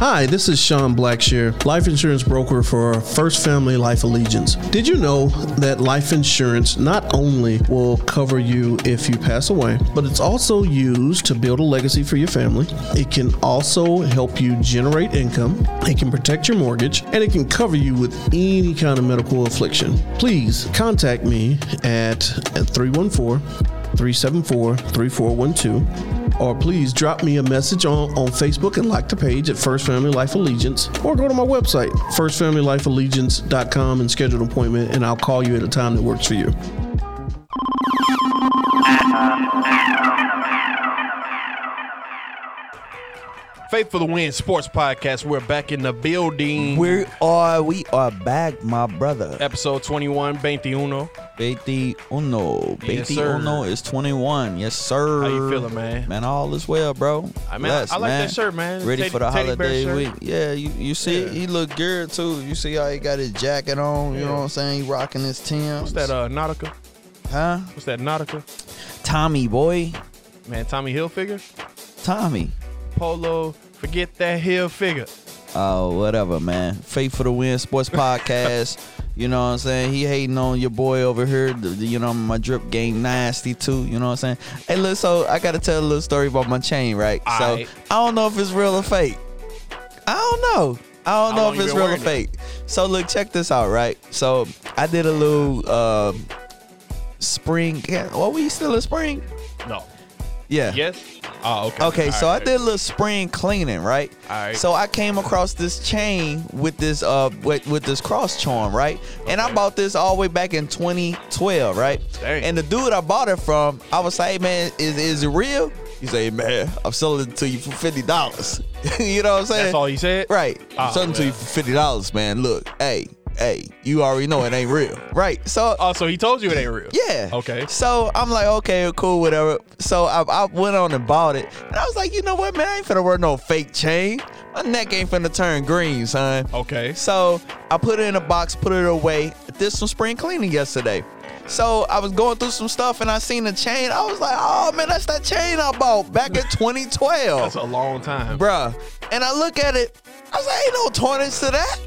Hi, this is Sean Blackshear, life insurance broker for First Family Life Allegiance. Did you know that life insurance not only will cover you if you pass away, but it's also used to build a legacy for your family? It can also help you generate income, it can protect your mortgage, and it can cover you with any kind of medical affliction. Please contact me at 314 374 3412 or please drop me a message on, on Facebook and like the page at First Family Life Allegiance, or go to my website, firstfamilylifeallegiance.com, and schedule an appointment, and I'll call you at a time that works for you. Faith for the Win Sports Podcast. We're back in the building. We are we are back, my brother. Episode 21, 21. 21. uno. Yes, 21 sir. uno is 21. Yes, sir. How you feeling, man? Man, all is well, bro. I mean, I- I like that shirt, man. Ready Teddy- for the teddy bear holiday shirt. week. Yeah, you, you see, Yeah. he look good, too. You see how he got his jacket on. You know what I'm saying? He rocking his What's Tim's. that, uh, Nautica? huh? What's that, Nautica? Tommy, boy. Man, Tommy Hilfiger? Tommy. Polo, forget that Hill figure. Oh, whatever, man. Faith for the Win Sports Podcast. you know what I'm saying? He hating on your boy over here. The- the- You know, my drip game nasty too. You know what I'm saying? Hey, look, so I got to tell a little story about my chain, right? so Aight. I don't know if it's real or fake. I don't know. I How don't know long if you it's been real or wearing it? fake. So look, check this out, right? So I did a little uh, spring. Yeah, well, we still in spring? No. Yeah. Yes? Oh, okay. Okay, All so right. I did a little spring cleaning, right? Alright. So I came across this chain with this uh with, with this cross charm, right? And I Okay. bought this all the way back in 2012, right? Dang. And the dude I bought it from, I was like, hey, man, is is it real? He said, man, I'm selling it to you for fifty dollars. you know what I'm saying? That's all you said? Right. Ah, I'm selling it to man. you for fifty dollars, man. Look, hey, hey, you already know it ain't real. right. So Oh, so he told you it ain't real? yeah. Okay. So I'm like, okay, cool, whatever. So I, I went on and bought it. And I was like, you know what, man? I ain't finna wear no fake chain. My neck ain't finna turn green, son. Okay. So I put it in a box, put it away. Did some spring cleaning yesterday. So I was going through some stuff and I seen the chain. I was like, oh man, that's that chain I bought back in 2012 That's a long time. bruh. And I look at it, I was like, ain't no tortoise to that.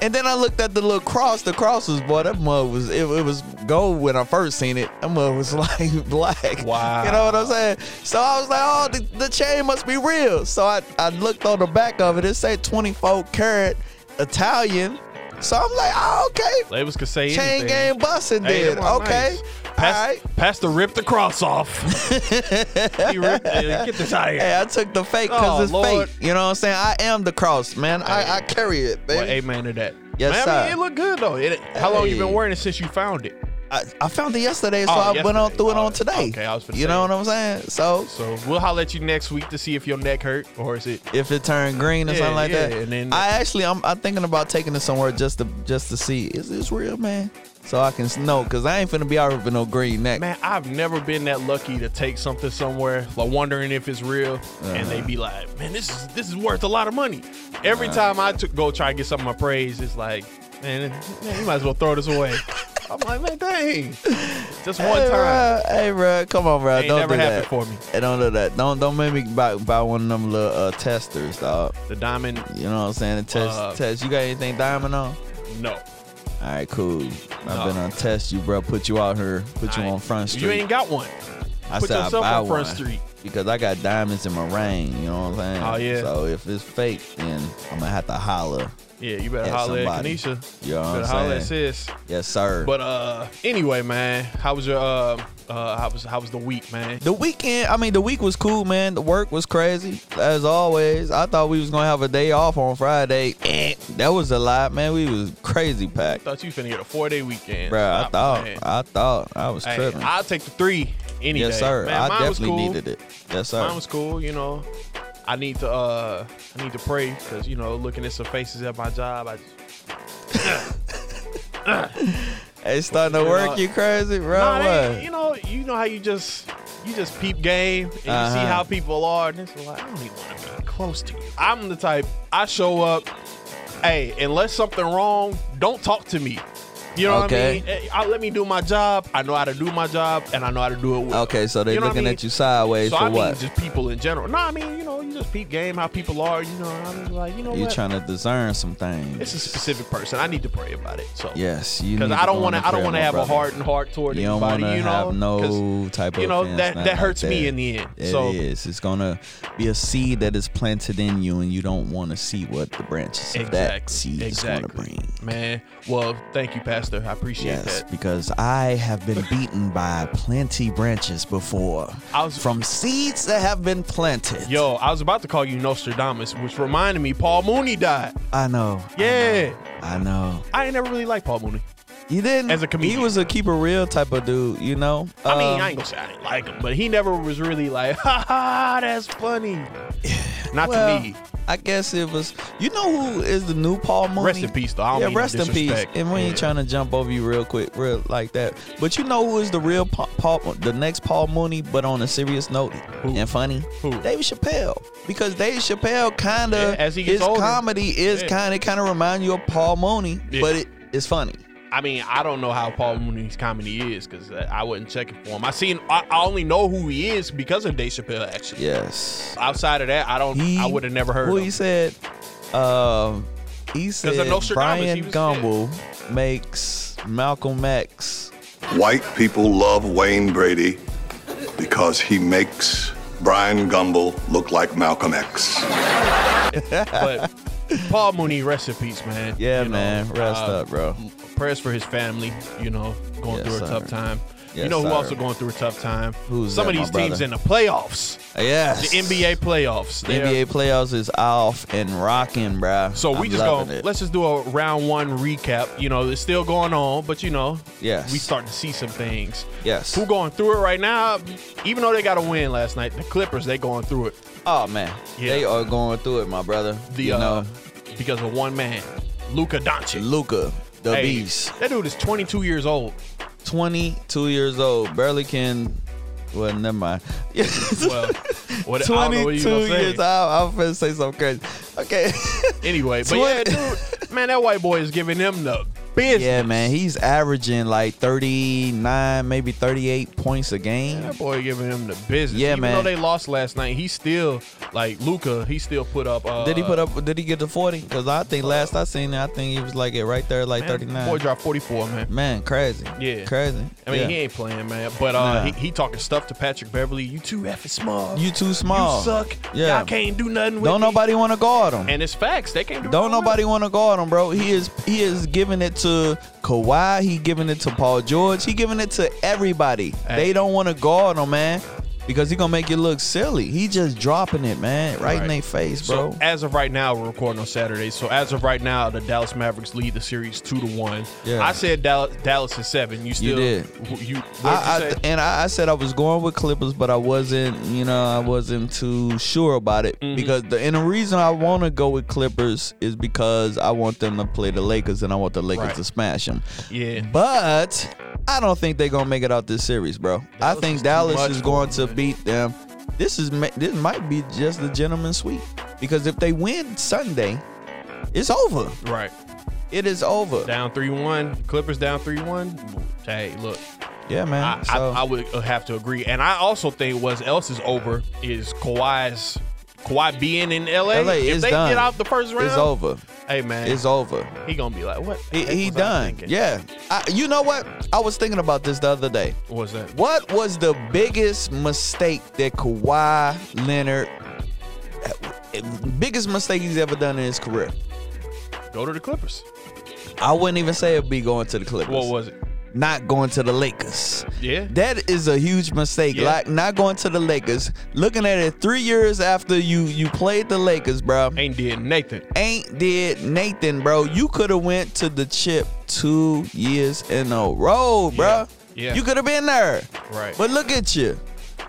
And then I looked at the little cross. The cross was, boy, that mud was, it, it was gold when I first seen it. That mud was like black. Wow. You know what I'm saying? So I was like, oh, the, the chain must be real. So I, I looked on the back of it. It said 24 karat Italian. So I'm like, oh, okay. Labels could say Chain anything. game busting Hey, did. that was Okay. nice. All Pass, right. pass the rip the cross off. he ripped it. Get this out of here. Hey, I took the fake Oh, because it's Lord. fake. You know what I'm saying? I am the cross, man. I, I carry it, baby. Well, amen to that. Yes, man, I mean, sir. it looked good though. It, how long you been Hey. wearing it since you found it? I, I found it yesterday, so Oh, I went on yesterday. through it Oh, on today. okay, I was finna You say. know what I'm saying? So So we'll holler at you next week to see if your neck hurt or is it. if it turned green or Yeah, something like yeah, that, and then- I actually I'm, I'm thinking about taking it somewhere just to just to see is this real, man? So I can know because I ain't finna be out here with no green neck. Man, I've never been that lucky to take something somewhere, like wondering if it's real, and Uh-huh. they be like, "Man, this is this is worth a lot of money." Every time I took go try to get something appraised, it's like, "Man, man, you might as well throw this away." I'm like, "Man, dang, just one hey, time." bruh, hey, bruh, come on, bruh, Ain't don't never do happened that. for me. Hey, don't do that. Don't don't make me buy, buy one of them little uh, testers, dog. The diamond, You know what I'm saying? The test Uh, test. You got anything diamond on? no. All right, cool. I've No. been on test you, bro. Put you out here. Put you I- on front street. You ain't got one. I Put said I yourself buy on Front one Street. because I got diamonds in my ring. You know what Oh, I'm saying? yeah. So if it's fake, then I'm gonna have to holler. Yeah, you better At holler at somebody. Kanisha. You know what better I'm holler at saying? sis. Yes, sir. But uh, anyway, man, how was your uh, uh how was how was the week, man? the weekend, I mean, the week was cool, man. The work was crazy as always. I thought we was gonna have a day off on Friday. Eh, that was a lie, man. We was crazy packed, Thought you finna get a four day weekend, bro. I Stop thought, playing. I thought I was Oh, Hey, tripping. I'll take the three any yes, day. sir. Man, I mine was definitely cool. needed it. Yes, sir. Mine was cool, you know. I need to uh, I need to pray because you know, looking at some faces at my job, I just, hey, starting to You work, know- you crazy, bro? Nah, they- What? you know, you know how you just you just peep game and you see Uh-huh. how people are, and it's like I don't even want to be close to you. I'm the type I show up. Hey, unless something wrong, don't talk to me. You know Okay. what I mean? Eh, I, let me do my job. I know how to do my job, and I know how to do it well. Okay, so they You know what I looking mean? at you sideways So for I mean, what? just people in general. No, I mean, you know, you just peep game how people are. You know, I'm just like, you know You're what? trying to discern some things. it's a specific person. I need to pray about it. So yes, you because need I to don't go want to. into I don't prayer, want to my have a brother. heart and heart toward You don't anybody. wanna You know, have 'Cause, no type of you know offense, that nothing that hurts like me that. in the end. It so is. It's gonna be a seed that is planted in you, and you don't want to see what the branches of that seed is gonna bring. Man, well, thank you, Pastor. I appreciate Yes, that. because I have been beaten by plenty branches before I was- from seeds that have been planted. Yo, I was about to call you Nostradamus, which reminded me Paul Mooney died. I know. Yeah, I know. I ain't never really liked Paul Mooney. You didn't. As a comedian. he was a keep it real type of dude. You know. I mean, Um, I ain't gonna say I didn't like him, but he never was really like, ha ha, that's funny. Not well, to me. I guess it was. You know who is the new Paul Mooney? Rest in peace, though. I don't yeah, mean no rest in peace. disrespect. And we ain't Yeah. trying to jump over you real quick, real like that. But you know who is the real Pa- Paul, the next Paul Mooney, but on a serious note and funny? Who? David Chappelle. Because David Chappelle kind Yeah, of as he gets his older. comedy is Yeah. kind of kind of remind you of Paul Mooney, Yeah. but it is funny. I mean, I don't know how Paul Mooney's comedy is because I wasn't checking for him. I seen, I, I only know who he is because of Dave Chappelle, actually. Yes. Outside of that, I don't, He- I would have never heard Who of he him. said? Um, he of said Nostradamus, Brian he was- Gumbel makes Malcolm X White people love Wayne Brady because he makes Brian Gumbel look like Malcolm X. But Paul Mooney, rest in peace, man. Yeah, You know, man. Rest uh, up, bro. prayers for his family, you know, going Yes, through a sir. tough time. you Yes, know who sir. also going through a tough time? Who's Some that, of my these teams brother? in the playoffs. Yes. The NBA playoffs. The They're- NBA playoffs is off and rocking, bro. So we I'm just loving go. it. Let's just do a round one recap. You know, it's still going on, but you know, Yes. we starting to see some things. Yes. who going through it right now? Even though they got a win last night, the Clippers they going through it. Oh man, Yeah. they are going through it, my brother. The you uh, know, because of one man, Luka Doncic. Luca, the Hey, beast, That dude is 22 years old. 22 years old, barely can. Well, never mind. Well, what, I don't know what 22 you gonna say. years old. I'm finna say something crazy. Okay. Anyway, but yeah, dude, man, that white boy is giving them the business. yeah, man, he's averaging like 39, maybe 38 points a game. That boy giving him the business. Yeah, Even man. though they lost last night, he still like Luca. He still put up. Uh, Did he put up? Did he get to forty? Because I think last I seen it, I think he was like it right there, like man, thirty nine. Boy dropped forty four, man. Man, crazy. Yeah. crazy. I mean, Yeah. he ain't playing, man. But uh, Nah. he, he talking stuff to Patrick Beverly. You too effing small. you too small. You suck. Yeah. Y'all can't do nothing with Don't me. nobody want to guard him. And it's facts. They can't do. Don't nothing with nobody him. want to guard him, bro. He is he is giving it to Kawhi. He giving it to Paul George. He giving it to everybody. Hey. They don't want to guard him, man, because he gonna make you look silly. He just dropping it, man, right, in Right. their face, bro. So as of right now, we're recording on Saturday. So as of right now, the Dallas Mavericks lead the series two to one. Yeah. I said Dallas, Dallas is seven. You still did. wh- You, what'd I, you I say? and I, I said I was going with Clippers, but I wasn't, you know, I wasn't too sure about it Mm-hmm. because the and the reason I want to go with Clippers is because I want them to play the Lakers and I want the Lakers Right. to smash them. yeah. But I don't think they're gonna make it out this series, bro. I Dallas is think too Dallas much is for going them, to man. beat them. This is ma- this might be just the gentleman's sweep because if they win Sunday, it's over. Right. It is over. Down three one. Clippers down three one. Hey, look, Yeah, man. I, So- I, I would have to agree, and I also think what else is over is Kawhi's Kawhi being in LA. LA if is they done. get out the first round, it's over. Hey man, It's over. he gonna be like, what? the He, heck he was I done. thinking? Yeah. I, you know what? I was thinking about this the other day. What was that? What was the biggest mistake that Kawhi Leonard, eh, biggest mistake he's ever done in his career? Go to the Clippers. I wouldn't even say it'd be going to the Clippers. What was it? Not going to the Lakers. Yeah. That is a huge mistake. Yeah. Like not going to the Lakers. Looking at it three years after you you played the Lakers, bro. Ain't did Nathan. ain't did Nathan, bro. You could have went to the chip two years in a row, Yeah, bro. yeah. You could have been there. Right. But look at you.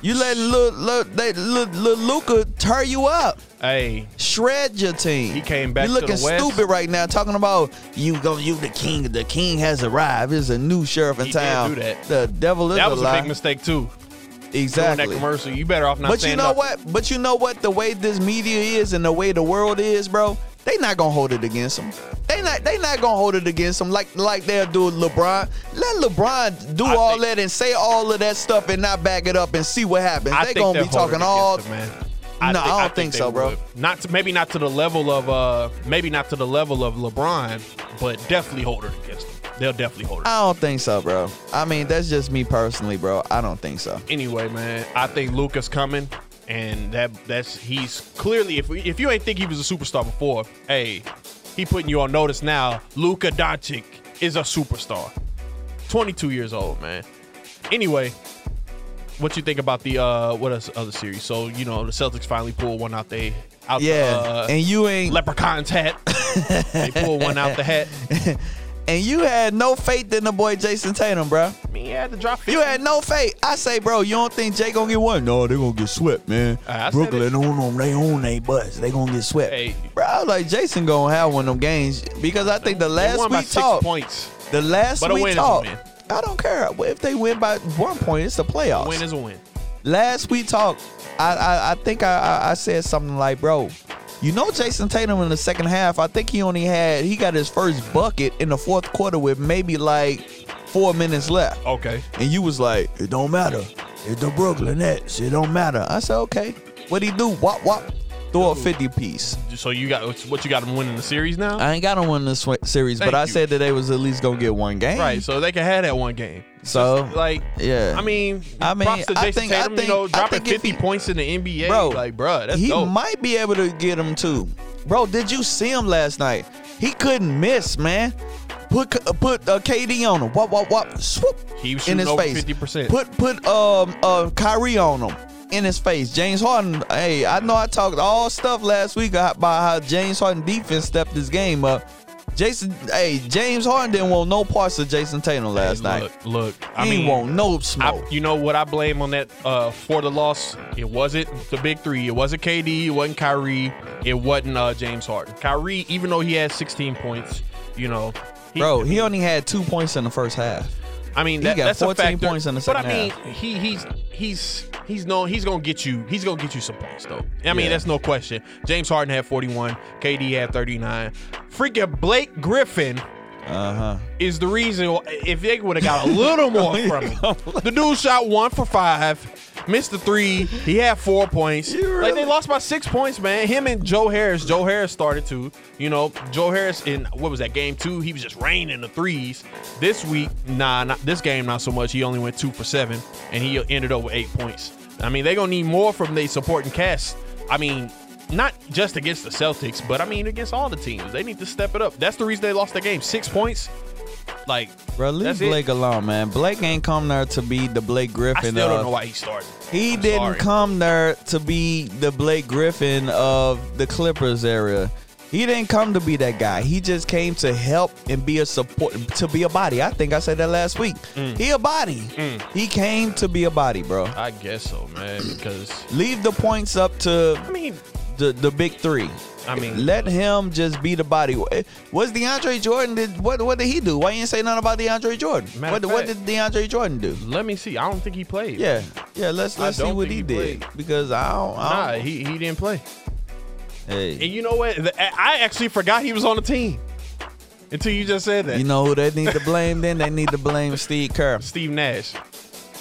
You let look look that little Luca tear you up. Hey, Shred your team. He came back You to the looking West. stupid right now, talking about you go. You the king. The king has arrived. There's a new sheriff in He did town. do that. The devil is that was a alive. big mistake too. Doing Exactly that commercial, you better off not. but you saying know nothing. what? But you know what? The way this media is and the way the world is, bro, they not gonna hold it against them. They not they not gonna hold it against them like like they'll do LeBron. Let LeBron do I all think- that and say all of that stuff and not back it up and see what happens. I they think gonna they'll be hold it talking all against him, man. No, I don't thi- think so, they bro. would. Not to, maybe not to the level of uh maybe not to the level of LeBron, but definitely hold it against him. They'll definitely hold it. I don't think so, bro. I mean, that's just me personally, bro. I don't think so. anyway, man, I think Luca's coming, and that that's he's clearly if we, if you ain't think he was a superstar before, hey, he putting you on notice now. Luka Doncic is a superstar, 22 years old, man. Anyway, what you think about the uh what else other series? So you know the Celtics finally pulled one out they out Yeah, the uh, and you ain't leprechaun's hat. they pulled one out the hat. and you had no faith in the boy Jason Tatum, bro. I mean, he had to drop. 50. You had no faith. I say, bro, you don't think Jay gonna get one? No, they gonna get swept, man. I said it. Brooklyn on them, they own they butts. They gonna get swept. Hey. Bro, I was like, Jason gonna have one of them games because I think the They last won by we six talked, points. the last But a win we is a talked, win. I don't care if they win by one point. It's the playoffs. Win is a win. last we talked, I I, I think I, I I said something like, bro, you know Jason Tatum in the second half. I think he only had he got his first bucket in the fourth quarter with maybe like four minutes left, Okay. and you was like, it don't matter. It's the Brooklyn Nets. It don't matter. I said, okay. What would he do? Wop wop. Throw a fifty piece. So you got what you got him winning the series now? I ain't got him win this sw- series, Thank but I you. said that they was at least gonna get one game. Right, so they can have that one game. So Like, Yeah. I mean, I mean, props to I Jason think- I Tatum, think- you know, I dropping think if 50 he- points in the NBA. bro. like, bro, that's he dope. might be able to get him too. Bro, did you see him last night? He couldn't miss, man. Put uh, put uh, KD on him. Wop wop wop. Swoop. He was in his shooting over face. 50%. Put put um uh Kyrie on him. In his face, James Harden. Hey, I know I talked all stuff last week about how James Harden defense stepped this game up. Jason, hey, James Harden didn't want no parts of Jason Tatum last night. Look, look, I he mean, didn't want no I, smoke. you know what I blame on that uh, for the loss? It wasn't the big three. It wasn't KD. It wasn't Kyrie. It wasn't uh, James Harden. Kyrie, even though he had 16 points, you know, he, Bro, he only had two points in the first half. I mean, He that, got that's 14 a factor. points in the but I second mean, half. he he's he's he's no he's gonna get you he's gonna get you some points though. I mean, Yeah. that's no question. James Harden had 41, KD had 39. Freaking Blake Griffin Uh huh. is the reason why- if they would have got a little more from him. The dude shot one for five. Missed the three. He had four points. Like they lost by six points, man. Him and Joe Harris. Joe Harris started to, you know, Joe Harris in what was that game two? He was just raining the threes. This week, nah, not this game, not so much. He only went two for seven, and he ended up with eight points. I mean, they gonna need more from their supporting cast. I mean, not just against the Celtics, but I mean against all the teams. They need to step it up. That's the reason they lost the game. Six points. Like, Bro, leave That's it. Blake alone, man. Blake ain't come there to be the Blake I Griffin. still of, don't know why he started. uh, He I'm didn't sorry. come there to be the Blake Griffin of the Clippers area. He didn't come to be that guy. He just came to help and be a support, to be a body. I think I said that last week. Mm. He a body. He came to be a body, bro. I guess so, man. Because Leave the points up to I mean, the, the big three. I mean, Let him just be the body. Was DeAndre Jordan? Did, what what did he do? Why you ain't say nothing about DeAndre Jordan? Matter What, of what did fact- DeAndre Jordan do? let me see. I don't think he played. Yeah, yeah. Let's I let's see don't what think he, he did played. because I don't. Nah, I don't he, he didn't play. hey, And you know what? The- I actually forgot he was on the team until you just said that. you know who they need to blame? then they need to blame Steve Kerr. Steve Nash,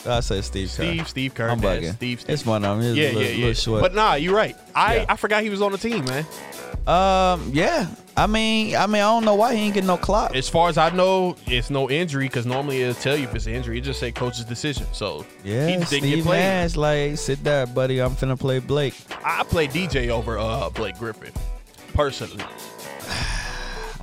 I said Steve, Kerr. Steve, Steve Kerr, I'm Nash, bugging. Steve, Steve. It's one of them. It's yeah, a little, yeah, yeah. little short. But nah, you're right. I, Yeah. I forgot he was on the team, man. um, yeah. I mean, I mean, I don't know why he ain't getting no clock. As far as I know, it's no injury because normally it'll tell you if it's an injury. It just say coach's decision. So yeah, he didn't get Steve played. Nash, like, sit there, buddy. I'm finna play Blake. I play DJ over uh Blake Griffin, personally.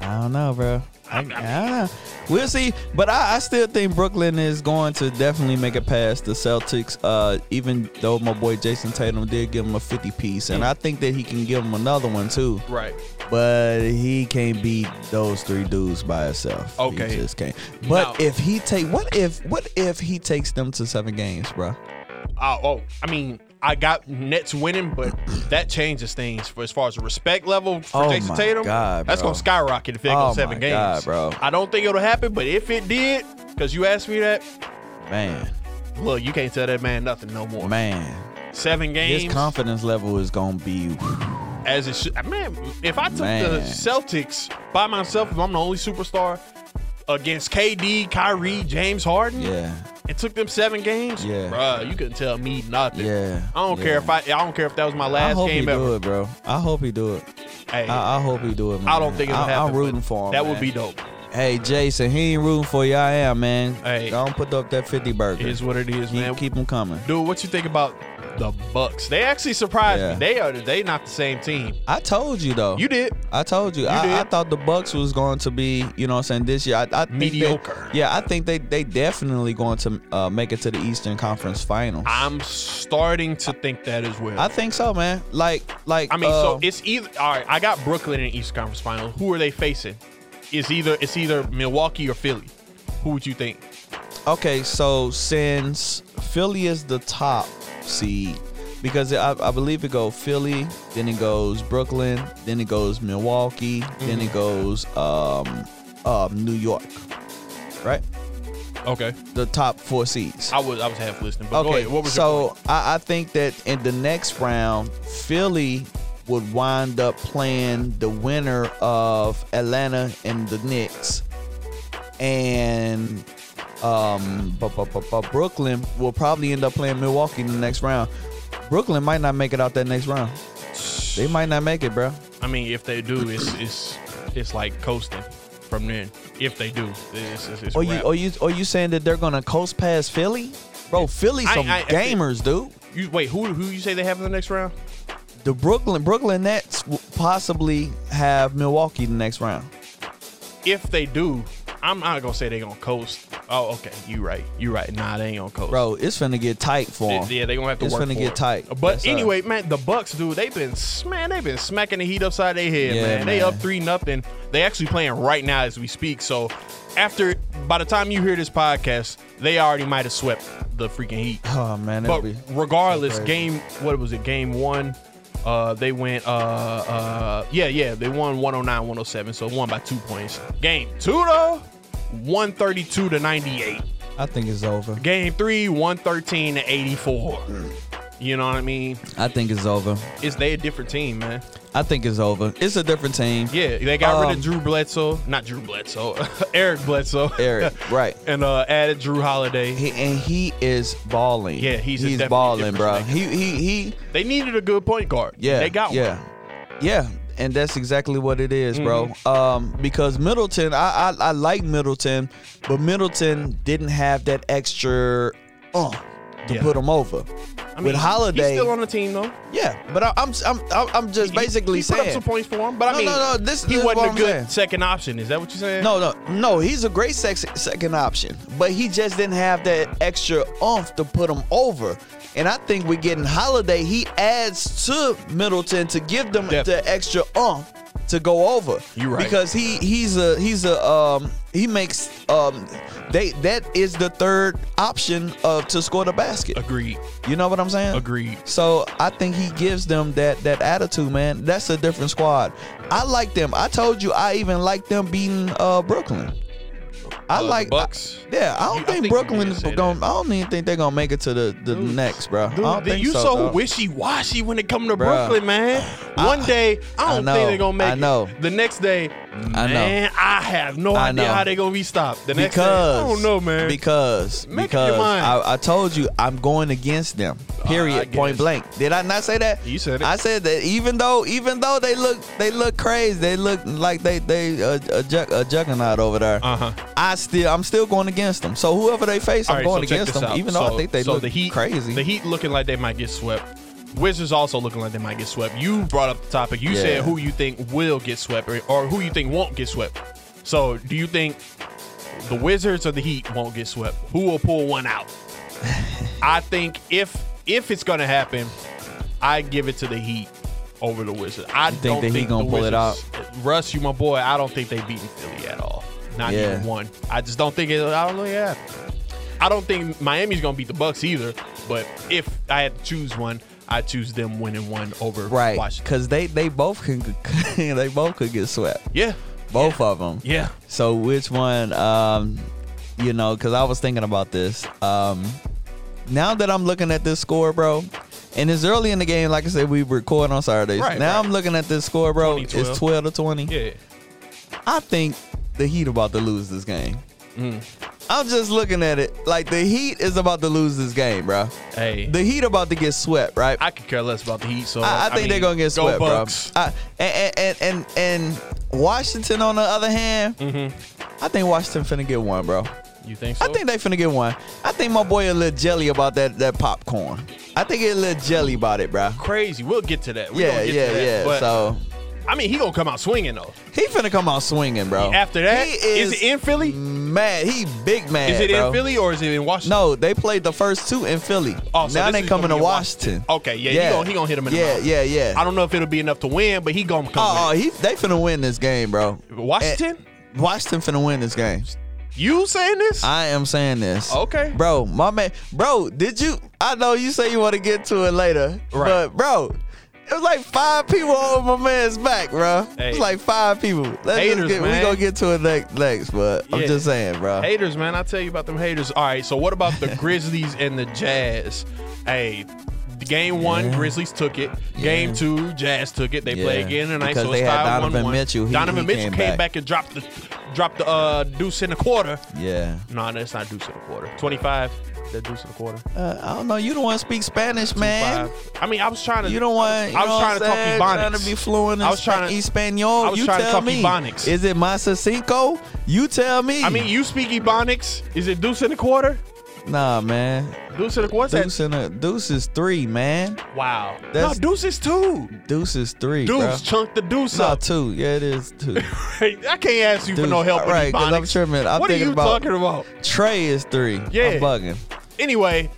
I don't know, bro. I, I- I I, don't know. We'll see. But I, I still think Brooklyn is going to definitely make it past the Celtics, uh, even though my boy Jason Tatum did give him a 50 piece. And I think that he can give him another one, too. Right. But he can't beat those three dudes by himself. He Okay. just can't. But Now- if he take what if what if he takes them to seven games, bro? Oh, oh, I mean, I got Nets winning, but that changes things for as far as the respect level for Oh Jason my Tatum. God, that's bro. gonna skyrocket if they Oh go my seven games, God, bro. I don't think it'll happen, but if it did, because you asked me that, Man, look, you can't tell that man nothing no more. man. Seven games, His confidence level is gonna be as it should. Man, if I took the Man. Celtics by myself, if I'm the only superstar against KD, Kyrie, James Harden, Yeah. It took them seven games. Yeah. Bruh, you couldn't tell me nothing. Yeah. I don't care Yeah. if I. I don't care if that was my I last hope he game do ever. it, bro. I hope he do it. Hey, I, I hope he do it. Man. I don't think it'll I, happen. I'm but rooting for him. That would man. be dope. Hey, Jason, he ain't rooting for you. I am, man. Hey. don't put up that fifty burger. It is what it is, Keep- man. Keep him coming. Dude, what you think about the Bucks? They actually surprised Yeah. me. They are they not the same team. I told you though. You did. I told you. did. I, I thought the Bucks was going to be, you know, what I'm saying this year. I, I think they- Mediocre. yeah, I think they they definitely going to uh, make it to the Eastern Conference Finals. I, I'm starting to think that as well. think so, man. Like, like. I mean, uh, so it's either all right. I got Brooklyn in the East Conference Final. Who are they facing? It's either it's either Milwaukee or Philly. Who would you think? Okay, so since Philly is the top seed, because I, I believe it goes Philly, then it goes Brooklyn, then it goes Milwaukee, then it goes um, um, New York, right? Okay, The top four seeds. I was I was half listening. But go Okay, ahead. What was your so I, I think that in the next round, Philly would wind up playing the winner of Atlanta and the Knicks, and um, bu- bu- bu- bu- Brooklyn will probably end up playing Milwaukee in the next round. Brooklyn might not make it out that next round. They might not make it, bro. I mean, if they do, it's it's it's like coasting from then. If they do, it's, it's, it's a Or Oh, you, wrap. or you, or you saying that they're gonna coast past Philly, bro? Philly's I- some I- I think- gamers, dude. You- wait. Who who you say they have in the next round? the Brooklyn Brooklyn Nets will possibly have Milwaukee the next round. If they do, I'm not gonna say they gonna coast. Oh, okay. You right. You right. Nah, they ain't gonna coast. Bro, it's finna get tight for Yeah, them. they're gonna have to It's work finna for get it. tight. uh, But Yes, sir. anyway, man, the Bucks, dude, they've been s- man, they've been smacking the heat upside their head, Yeah, man. They up man. three nothing. They actually playing right now as we speak. So after by the time you hear this podcast, they already might have swept the freaking heat. Oh man, that'd But be regardless, crazy. game what was it? Game one, uh, they went uh, uh, yeah, yeah, they won 109-107, so won by two points. Game two though, one thirty two to ninety eight. I think it's over. Game three, 113 to 84. You know what I mean? I think it's over. Is they a different team, man? I think it's over. It's a different team. Yeah, they got rid Um, of Drew Bledsoe, not Drew Bledsoe, Eric Bledsoe. Eric, right. and uh, added Drew Holiday. He, and he is balling. Yeah, he's a he's definite balling, difference bro. maker. He he he. they needed a good point guard. Yeah, they got yeah, one. yeah, and that's exactly what it is, Mm-hmm. bro. Um, because Middleton, I, I I like Middleton, but Middleton didn't have that extra uh to Yeah. put him over. I mean, With Holiday, he's still on the team though. yeah, but I, I'm I'm I'm I'm just He- basically he, saying put up some points for him, but I No, mean, no, no, this- he this is wasn't what a I'm good saying. second option. Is that what you're saying? No, no, no. He's a great sex- second option, but he just didn't have that extra oomph to put him over. And I think we're getting Holiday. He adds to Middleton to give them Definitely. the extra oomph to go over. You right. Because he he's a he's a um he makes um they that is the third option of to score the basket. agreed, You know what I'm saying? agreed. So I think he gives them that that attitude, man. That's a different squad. I like them. I told you I even like them beating uh Brooklyn. I Uh, the like Bucks? yeah, I don't You- I think think you Brooklyn did is say going. to I don't even think they're gonna make it to the the next, bro. I don't Dude, think you so. so dog. wishy washy when it come to Bruh. Brooklyn, man. One day, I I don't know, think they're gonna make I know. it. The next day, know. man, I have no I idea know. how they gonna be stopped. The next because day, I don't know, man. Because Make up your because mind. Ah, I, I told you I'm going against them. I Period. guess. point blank. Did I not say that? You said it. I said that even though even though they look they look crazy, they look like they they a, a, jug, a juggernaut over there. Uh-huh. I still I'm still going against them. So whoever they face, All right, I'm going so check against this them. out. Even though So- I think they so look the Heat, crazy. The Heat looking like they might get swept. Wizards also looking like they might get swept. You brought up the topic. You Yeah. said who you think will get swept or, or who you think won't get swept. So do you think the Wizards or the Heat won't get swept? Who will pull one out? I think if if it's gonna happen, I give it to the Heat over the Wizards. I think don't the Heat think gonna the pull it Wizards- Russ, you my boy. I don't think they beating Philly at all. Not Yeah. even one. I just don't think it. I don't know. Yeah. I don't think Miami's gonna beat the Bucks either. But if I had to choose one, I choose them winning one over right. Washington. Cuz they they both can they both could get swept. Yeah, Both of 'em. of them. yeah. So which one? Um, you know, because I was thinking about this. Um, now that I'm looking at this score, bro, and it's early in the game. Like I said, we record on Saturdays. Right, now right. I'm looking at this score, bro. 20, It's 12 to 20. Yeah, Mm-hmm. I think the Heat about to lose this game. I'm just looking at it like the Heat is about to lose this game, bro. Hey. the Heat about to get swept, right? I could care less about the Heat. So I, I think they're mean, gonna get go swept, bro. Bucks. I, and, and and and Washington, on the other hand, Mm-hmm. I think Washington finna get one, bro. You think so? I think they finna get one. I think my boy a little jelly about that that popcorn. I think he a little jelly about it, bro. crazy. We'll get to that. We Yeah, gonna get yeah, to that. yeah. But, so I mean, he gonna come out swinging though. he finna come out swinging, bro. After that, He is it in Philly? Mad, he big mad. Is it bro. in Philly or is it in Washington? No, they played the first two in Philly. Oh, so now this they is coming gonna to be in Washington. Okay, yeah, He, gonna, he gonna hit him in the yeah, mouth. yeah, yeah. I don't know if it'll be enough to win, but he gonna come. Oh, in. oh, he they finna win this game, bro. Washington? And Washington finna win this game. you saying this? oh. I am saying this. Okay. Bro, my man. Bro, did you? I know you say you want to get to it later. Right. But, bro, it was like five people on my man's back, bro. It Hey. was like five people. Let's just Haters, get, man. We going to get to it next, next but I'm Yeah. just saying, bro. haters, man. I tell you about them haters. All right, so what about the Grizzlies and the Jazz? Hey, game one, Grizzlies took it. Game two, Jazz took it. They Yeah, play again tonight. because so they it's had tied Donovan 1-1. Mitchell. He- Donovan he Mitchell came came, back. back. and dropped the dropped the uh, deuce in the quarter. Yeah. No, that's not deuce in the quarter. Twenty five. That deuce in the quarter. Uh, I don't know. You don't want to speak Spanish, man. Five. I mean, I was trying to. You don't want. You I was know what trying I'm to talk saying? Trying Ebonics. to be fluent in I was Spa- trying to- Espanol. I was you trying to tell talk me. Ebonics. Is it masa cinco? You tell me. I mean, you speak Ebonics. Is it deuce in the quarter? nah, man. Deuce in the quarter. What's Deuce and a deuce is three, man. that? Wow. That's- no, deuce is two. Deuce is three, Deuce bro. chunk the deuce No, up. two. Yeah, it is two. Hey, I can't ask you for Deuce. no help. with Right, 'cause I'm Ebonics. tripping. I'm what are thinking you about- talking about? Trey is three. Yeah. I'm bugging. Anyway,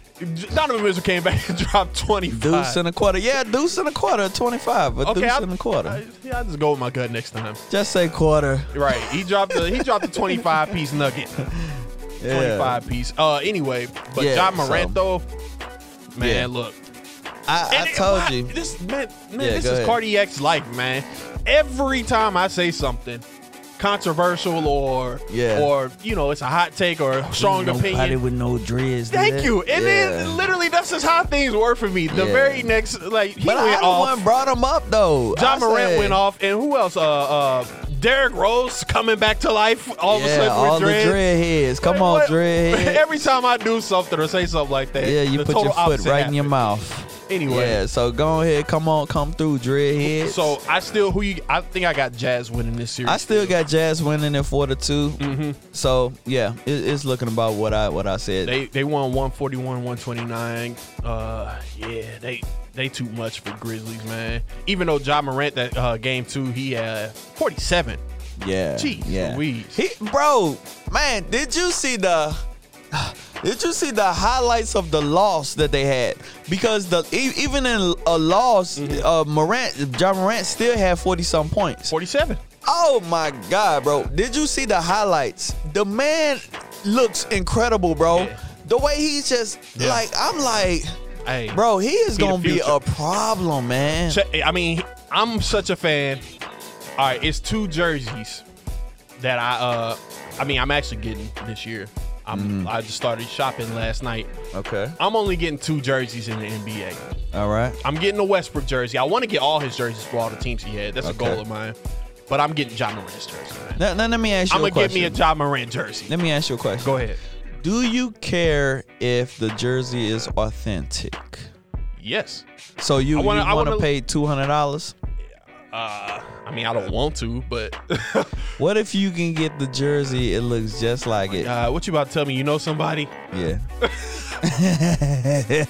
Donovan Mitchell came back and dropped 25. Deuce and a quarter. Yeah, deuce and a quarter. Twenty-five. But deuce and a quarter. I, yeah, I'll just go with my gut next time. Just say quarter. Right. He dropped the he dropped the 25 piece nugget. Yeah. 25 piece. Uh anyway, but Yeah, John Morant so- though, man, Yeah. look. I, And I it- told why- you. This man, man Yeah, this go is ahead. Cardi X's life, man. Every time I say something controversial or Yeah. or you know, it's a hot take or a strong opinion. with no dreads. Thank you. And then literally that's just how things were for me. The Yeah. very next like he But I went the one off. brought him up though. John I Morant said- went off and who else? Uh uh Derrick Rose coming back to life all of yeah, a sudden with all dreads. the dreadheads. Come Like, on, what- dreadheads. Every time I do something or say something like that, Yeah, you the put total your foot opposite right in your happens. mouth. Anyway. Yeah, so go ahead, come on, come through, dreadheads. So I still who you? I think I got Jazz winning this series. I still got Jazz winning in four to 2 Mm-hmm. So yeah, it, it's looking about what I what I said. They they won 141, 129. Uh, yeah, they they too much for Grizzlies, man. Even though John Morant that uh, game two, he had 47. yeah, Jeez yeah. Louise. He, bro, man, did you see the? Did you see the highlights of the loss that they had? Because the e- even in a loss, Mm-hmm. uh, Morant, John Morant still had forty some points. 47. Oh my god, bro. Did you see the highlights? The man looks incredible, bro. Yeah. The way he's just Yeah. like I'm like Hey, Bro, he is He the gonna be future. a problem, man. Ch- I mean, I'm such a fan. All right, it's two jerseys that I uh I mean, I'm actually getting this year. Mm-hmm. I'm I just started shopping last night. Okay. I'm only getting two jerseys in the NBA. All right. I'm getting a Westbrook jersey. I want to get all his jerseys for all the teams he had. That's Okay. a goal of mine. But I'm getting John Morant's jersey, man. Now, now let me ask you I'm a gonna get question. me a John Morant jersey. let me ask you a question. Go ahead. Do you care if the jersey is authentic? Yes. So you, I wanna- you I want to wanna- pay two hundred dollars? Uh, I mean, I don't want to, but What if you can get the jersey? It looks just like it. uh, what you about to tell me? You know somebody? Yeah.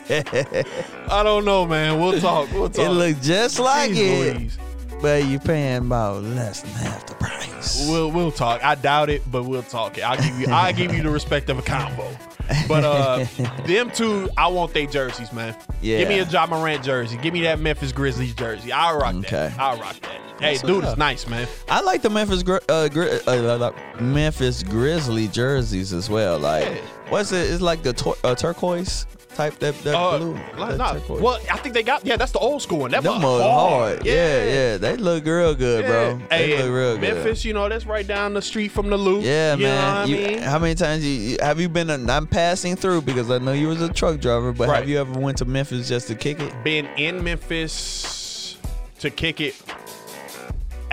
I don't know, man. We'll talk. We'll talk. It looks just like Jeez it. Louise. But you paying about less than half the price. We'll we'll talk. I doubt it, but we'll talk it. I'll give you I give you the respect of a combo. But uh them two, I want their jerseys, man. Yeah. Give me a John Morant jersey. Give me that Memphis Grizzlies jersey. I'll rock Okay. that. I'll rock that. Hey, dude, up. it's nice, man. I like the Memphis Gri- uh, Gri- uh, uh, uh, Memphis Grizzly jerseys as well. Like, what's it? It's like the tur- uh, turquoise type that that Uh, blue. like, that nah, turquoise. well, I think they got yeah, that's the old school one. That was Them mug hard. Yeah. yeah, They look real good, bro. Yeah. They Hey, look real good. Memphis, you know, that's right down the street from the loop. Yeah, you man. Know what You- I mean? How many times you, you- have you been? i I'm passing through because I know you was a truck driver, but have Right. you ever went to Memphis just to kick it? been in Memphis to kick it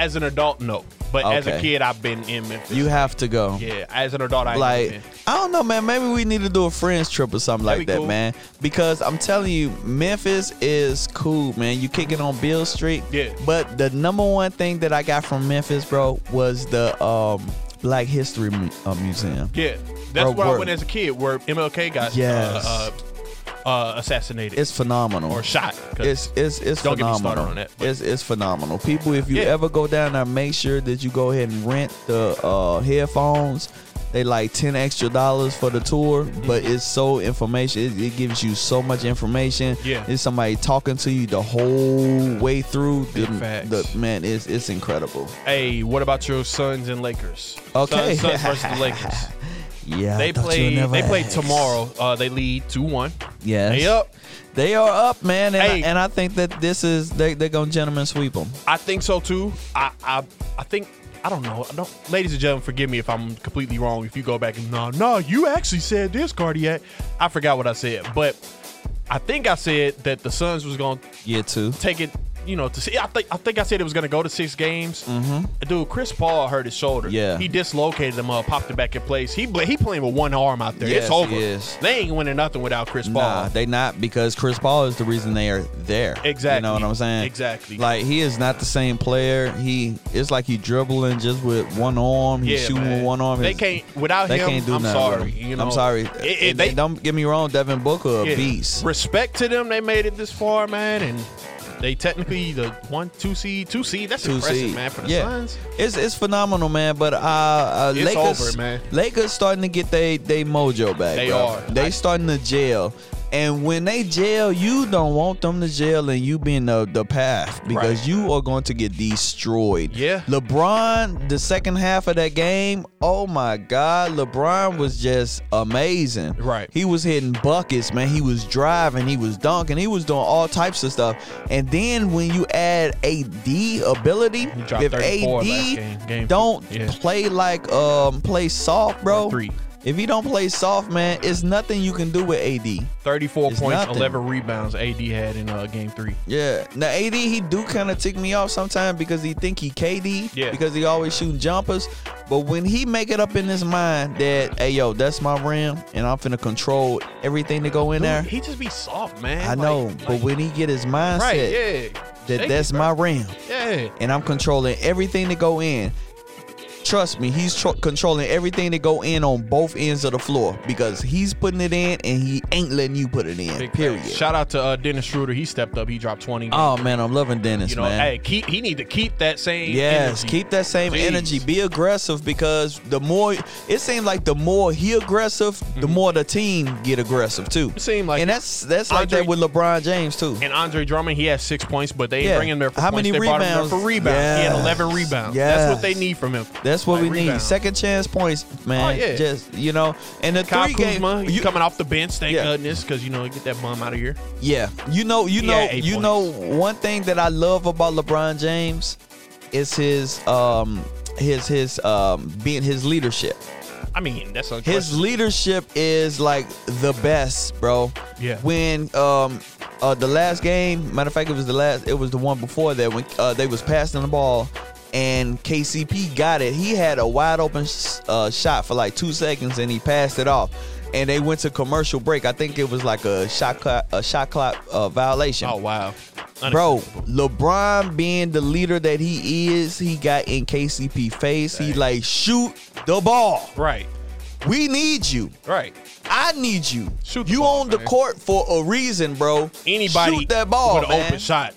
As an adult, no. But as a Okay. kid, I've been in Memphis. You have to go. yeah, as an adult, I ain't Like been. I don't know, man. Maybe we need to do a friends trip or something like That'd be that, cool. man. Because I'm telling you, Memphis is cool, man. You kick it on Bill Street, Yeah. But the number one thing that I got from Memphis, bro, was the um Black History Mu- uh, Museum. Yeah, that's Bro, where I word. went as a kid, where MLK got Yes. uh, uh, uh, assassinated It's phenomenal. or shot. 'cause- It's it's it's Don't get me phenomenal. started on that, but- It's it's phenomenal. People, if you Yeah. ever go down there, make sure that you go ahead and rent the uh, headphones. They like ten extra dollars for the tour, Mm-hmm. but it's so information. It, it gives you so much information. Yeah. it's somebody talking to you the whole way through. The, Big facts. the- man, it's it's incredible. hey, what about your Suns and Lakers? Okay. Suns, Suns versus the Lakers. Yeah, I They thought you play. never They play asked. tomorrow. Uh, they lead two one. Yes, They up. They are up, man, and, Hey. I, and I think that this is they they're gonna gentlemen sweep them. I think so too. I I, I think I don't know. I don't, ladies and gentlemen, forgive me if I'm completely wrong. If you go back and no, no, you actually said this, cardiac. I forgot what I said, but I think I said that the Suns was going to Yeah, too. take it. You know, to see, I think I think I said it was going to go to six games. Dude, Chris Paul hurt his shoulder. Mm-hmm. Yeah. he dislocated him up, popped it back in place. He bla- he playing with one arm out there. Yes, it's over. he is. They ain't winning nothing without Chris Paul. Nah, they not because Chris Paul is the reason they are there. You Exactly. know what I'm saying? Exactly. Like he is not the same player. He it's like he dribbling just with one arm. He Yeah, shooting man. with one arm. They He's- can't without They him. can't do I'm nothing with sorry. him. You know, I'm sorry. It- it- And- they- and don't get me wrong. Devin Booker a Yeah. beast. Respect to them, they made it this far, man, and they technically the one, two seed, two seed. That's two impressive, seed. man, for the yeah. Suns. It's it's phenomenal, man. But uh, uh It's Lakers, over, man. Lakers starting to get they they mojo back. They bro. are. They I- starting to jail. And when they jail, you don't want them to jail and you being the, the path because Right. you are going to get destroyed. Yeah. LeBron, the second half of that game, oh my God, LeBron was just amazing. Right. He was hitting buckets, man. He was driving, he was dunking, he was doing all types of stuff. And then when you add AD ability, dropped if 34 last game, AD game don't two. Yeah. play like um play soft, bro. Or three. If he don't play soft, man, it's nothing you can do with AD. Thirty-four It's points, nothing. eleven rebounds. AD had in uh, game three. Yeah. Now AD he do kind of tick me off sometimes because he think he KD. Yeah. Because he always shooting jumpers. But when he make it up in his mind that hey yo that's my rim and I'm finna control everything to go in there. He just be soft, man. I Like- know. but like- when he get his mindset right, yeah, that Shaky, that's bro. my rim yeah. and I'm controlling everything to go in. Trust me, he's tr- controlling everything to go in on both ends of the floor because he's putting it in and he ain't letting you put it in. Big period. facts. Shout out to uh, Dennis Schroeder. He stepped up. He dropped twenty. Oh man, I'm loving Dennis, you know, man. hey, keep he need to keep that same. Yes, energy. keep that same Jeez. energy. Be aggressive because the more it seems like the more he aggressive, the more the team get aggressive too. Mm-hmm. It seem like and that's that's like Andre- that with LeBron James too. And Andre Drummond, he has six points, but they Yeah. ain't bring him there for How points. many they brought him rebounds? there for rebounds. He had Yes. 11 rebounds. That's what they Yes. need from him. That's what Like we need. rebounds. Second chance points, man. Oh, yeah. Just you know, and the Kyle three Kuzma, game. you, You, coming off the bench, thank Yeah. goodness, because you know get that bum out of here. yeah, you know, you He know, had eight you points. know. One thing that I love about LeBron James is his um his his um being his leadership. I mean, that's His unquestionable. leadership is like the best, bro. Yeah. When um uh the last game, matter of fact, it was the last, it was the one before that when uh, they was passing the ball and KCP got it. He had a wide open s- uh, shot for like two seconds and he passed it off. And they went to commercial break. I think it was like a shot clock, a shot clock uh, violation. Oh wow, Bro, LeBron being the leader that he is, he got in KCP face. He Dang. like shoot the ball. right, We need you. right. I need you. Shoot the you ball, on the man. court for a reason, bro. Anybody shoot that ball, with an man. open shot.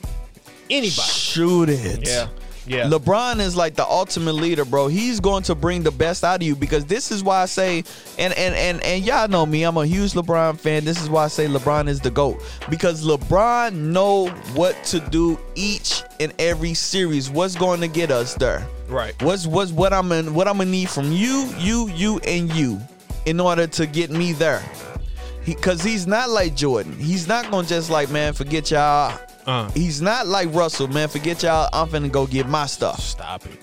Anybody. Shoot it. Yeah, yeah. LeBron is like the ultimate leader, bro. He's going to bring the best out of you because this is why I say, and and and and y'all know me, I'm a huge LeBron fan. This is why I say LeBron is the goat because LeBron know what to do each and every series. What's going to get us there? Right. What's what's what I'm in, what I'm gonna need from you, you, you, and you, in order to get me there. Because he's not like Jordan. He's not gonna just like man, forget y'all. Uh. He's not like Russell, man. Forget y'all. I'm finna go get my stuff. Stop it.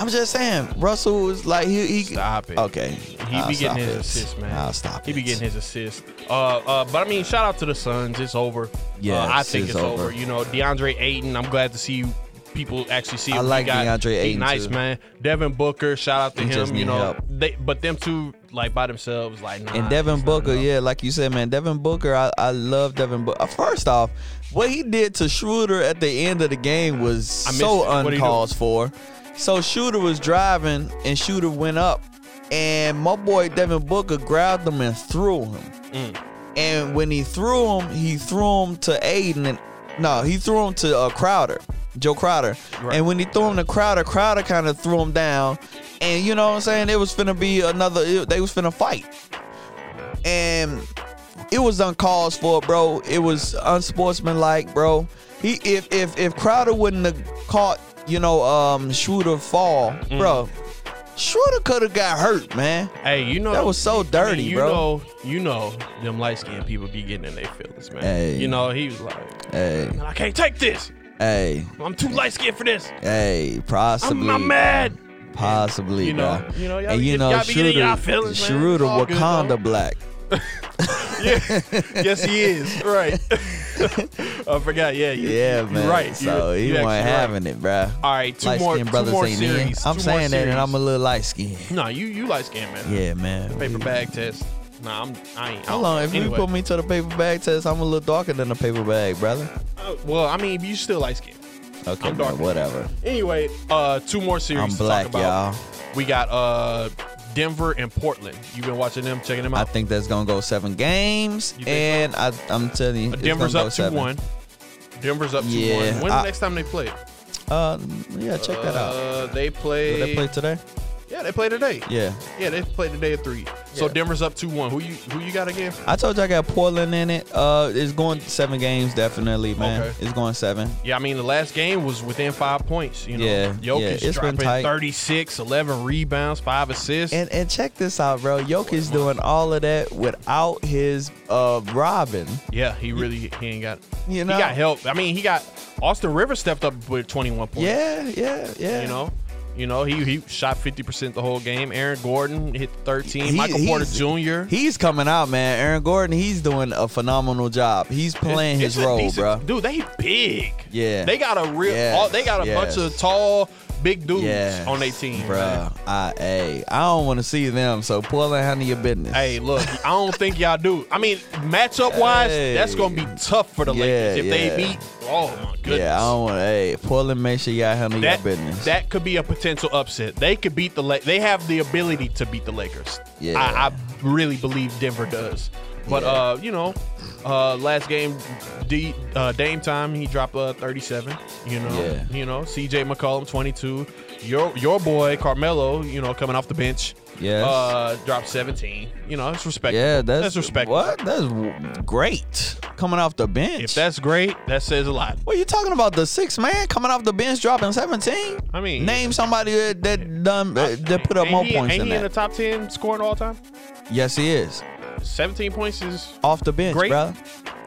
I'm just saying, Russell was like he. he Stop it. Okay. He I'll be getting stop his it. assists, man. I'll stop. He be it. getting his assists. Uh, uh, but I mean, shout out to the Suns. It's over. Yeah, Uh, I it's- think it's it's over. over. You know, DeAndre Ayton. I'm glad to see you people actually see. I what he like got. DeAndre He Ayton, nice too. man. Devin Booker, shout out to He just him. You need know, help. they but them two like by themselves like nah, And Devin it's not Booker, enough. yeah, like you said, man, Devin Booker, I, I love Devin Booker. First off, what he did to Schroeder at the end of the game was I missed so it. What'd he do? uncalled for. So Shooter was driving and Shooter went up, and my boy Devin Booker grabbed him and threw him. Mm. And when he threw him, he threw him to Aiden and no, he threw him to uh, Crowder, Joe Crowder. Right. And when he threw him to Crowder, Crowder kind of threw him down. And you know what I'm saying? It was finna be another. It, they was finna fight, and it was uncalled for, bro. It was unsportsmanlike, bro. He if if if Crowder wouldn't have caught, you know, um, Schroeder fall, bro. Schroeder could have got hurt, man. Hey, you know That was so dirty, you bro. Know, you know, them light skinned people be getting in their feelings, man. Hey. You know, he was like, Hey, man, I can't take this. hey, I'm too light skinned for this. hey, possibly. I'm, I'm mad. Possibly, You know- bro. you know, y'all and be you get- know, y'all be getting y'all Schroeder, feelings, man. Schroeder It's all good, Wakanda though. black. Yeah. yes, he is. Right. I forgot. Yeah. You, Yeah, you man. Right. So you he you wasn't actually right. having it, bro. All right, two more, two more series. I'm two more saying that, and series. I'm a little light skinned. No, you you light skinned man. Yeah, man. Paper bag test. Nah, I'm. I ain't. Hold on. If anyway. you put me to the paper bag test, I'm a little darker than a paper bag, brother. Uh, well, I mean, you still light skinned Okay, I'm man, darker. whatever. Anyway, uh, two more series. I'm to black, talk about. y'all. We got uh, Denver and Portland. You've been watching them, checking them I out. think that's gonna go seven games, You think so? and I, I'm telling you, it's Denver's gonna up go two seven. one. Denver's up two Yeah, one. When's I- the next time they play? Uh, yeah, check that out. Uh, they play. Did they play today? yeah, they play today. Yeah. yeah, they play today at three. So Yeah. Denver's up two one. Who you who you got again? I told you I got Portland in it. Uh, it's going seven games definitely, man. Okay. It's going seven. Yeah, I mean the last game was within five points. You know, Yeah, yeah, Jokic it's been dropping tight. 36, 11 rebounds, five assists. And and check this out, bro. Jokic doing all of that without his uh Robin. yeah, he really he ain't got. You he know. got help. I mean, he got Austin Rivers stepped up with twenty one points. Yeah, yeah, yeah. You know, you know he he shot fifty percent the whole game. Aaron Gordon hit thirteen. He- Michael he's- Porter Jr. He's coming out, man. Aaron Gordon, he's doing a phenomenal job. He's playing It's- his it's a role, decent- bro. Dude, they big. Yeah. they got a real. Yes, all, they got a yes. bunch of tall, big dudes Yeah, on their team, bro. man. I, hey, I don't want to see them. So Portland, handle your business. Hey, look, I don't think y'all do. I mean, matchup wise, Hey. that's gonna be tough for the Yeah, Lakers if yeah. they beat. Oh my goodness. yeah, I don't want. Hey, Portland, make sure y'all handle that, your business. that could be a potential upset. They could beat the La- they have the ability to beat the Lakers. Yeah. I, I really believe Denver does. But Yeah. uh, you know, uh, last game, D, uh, Dame time he dropped uh, 37. You know, Yeah. you know, C.J. McCollum 22. Your your boy Carmelo, you know, coming off the bench, Yes. uh, dropped 17. You know, it's respectable. yeah, that's, respectable. What? That's w- great. Coming off the bench. If that's great, that says a lot. What you talking about? The six man coming off the bench dropping 17? I mean- name somebody that, that done uh, that put up Ain't more he- points ain't than he in the that. top 10 scoring all time? yes, he is. 17 points is Off the bench, Great. brother.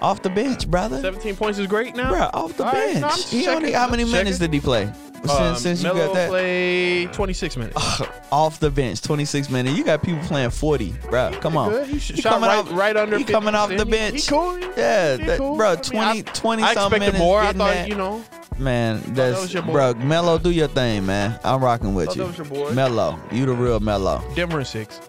Off the bench, brother. 17 points is great now. Bruh, off the All right, bench. no, I'm just he only checking. how many Just minutes checking. did he play? Since Um, since you Melo got that Ah, played 26 minutes. off the bench, 26 minutes. You got people playing 40, bruh. Come on. good. He sh- shot right- right under He coming 50%. off the He- bench. he cool. Yeah, He that, cool. bro. I mean, 20, I- 20 I expected something minutes. more. I getting thought that. you know. Man, that's was your boy. bro, Mello, do your thing, man. I'm rocking with Thought you. that was your boy. Mello, you the real Mello. Denver and six.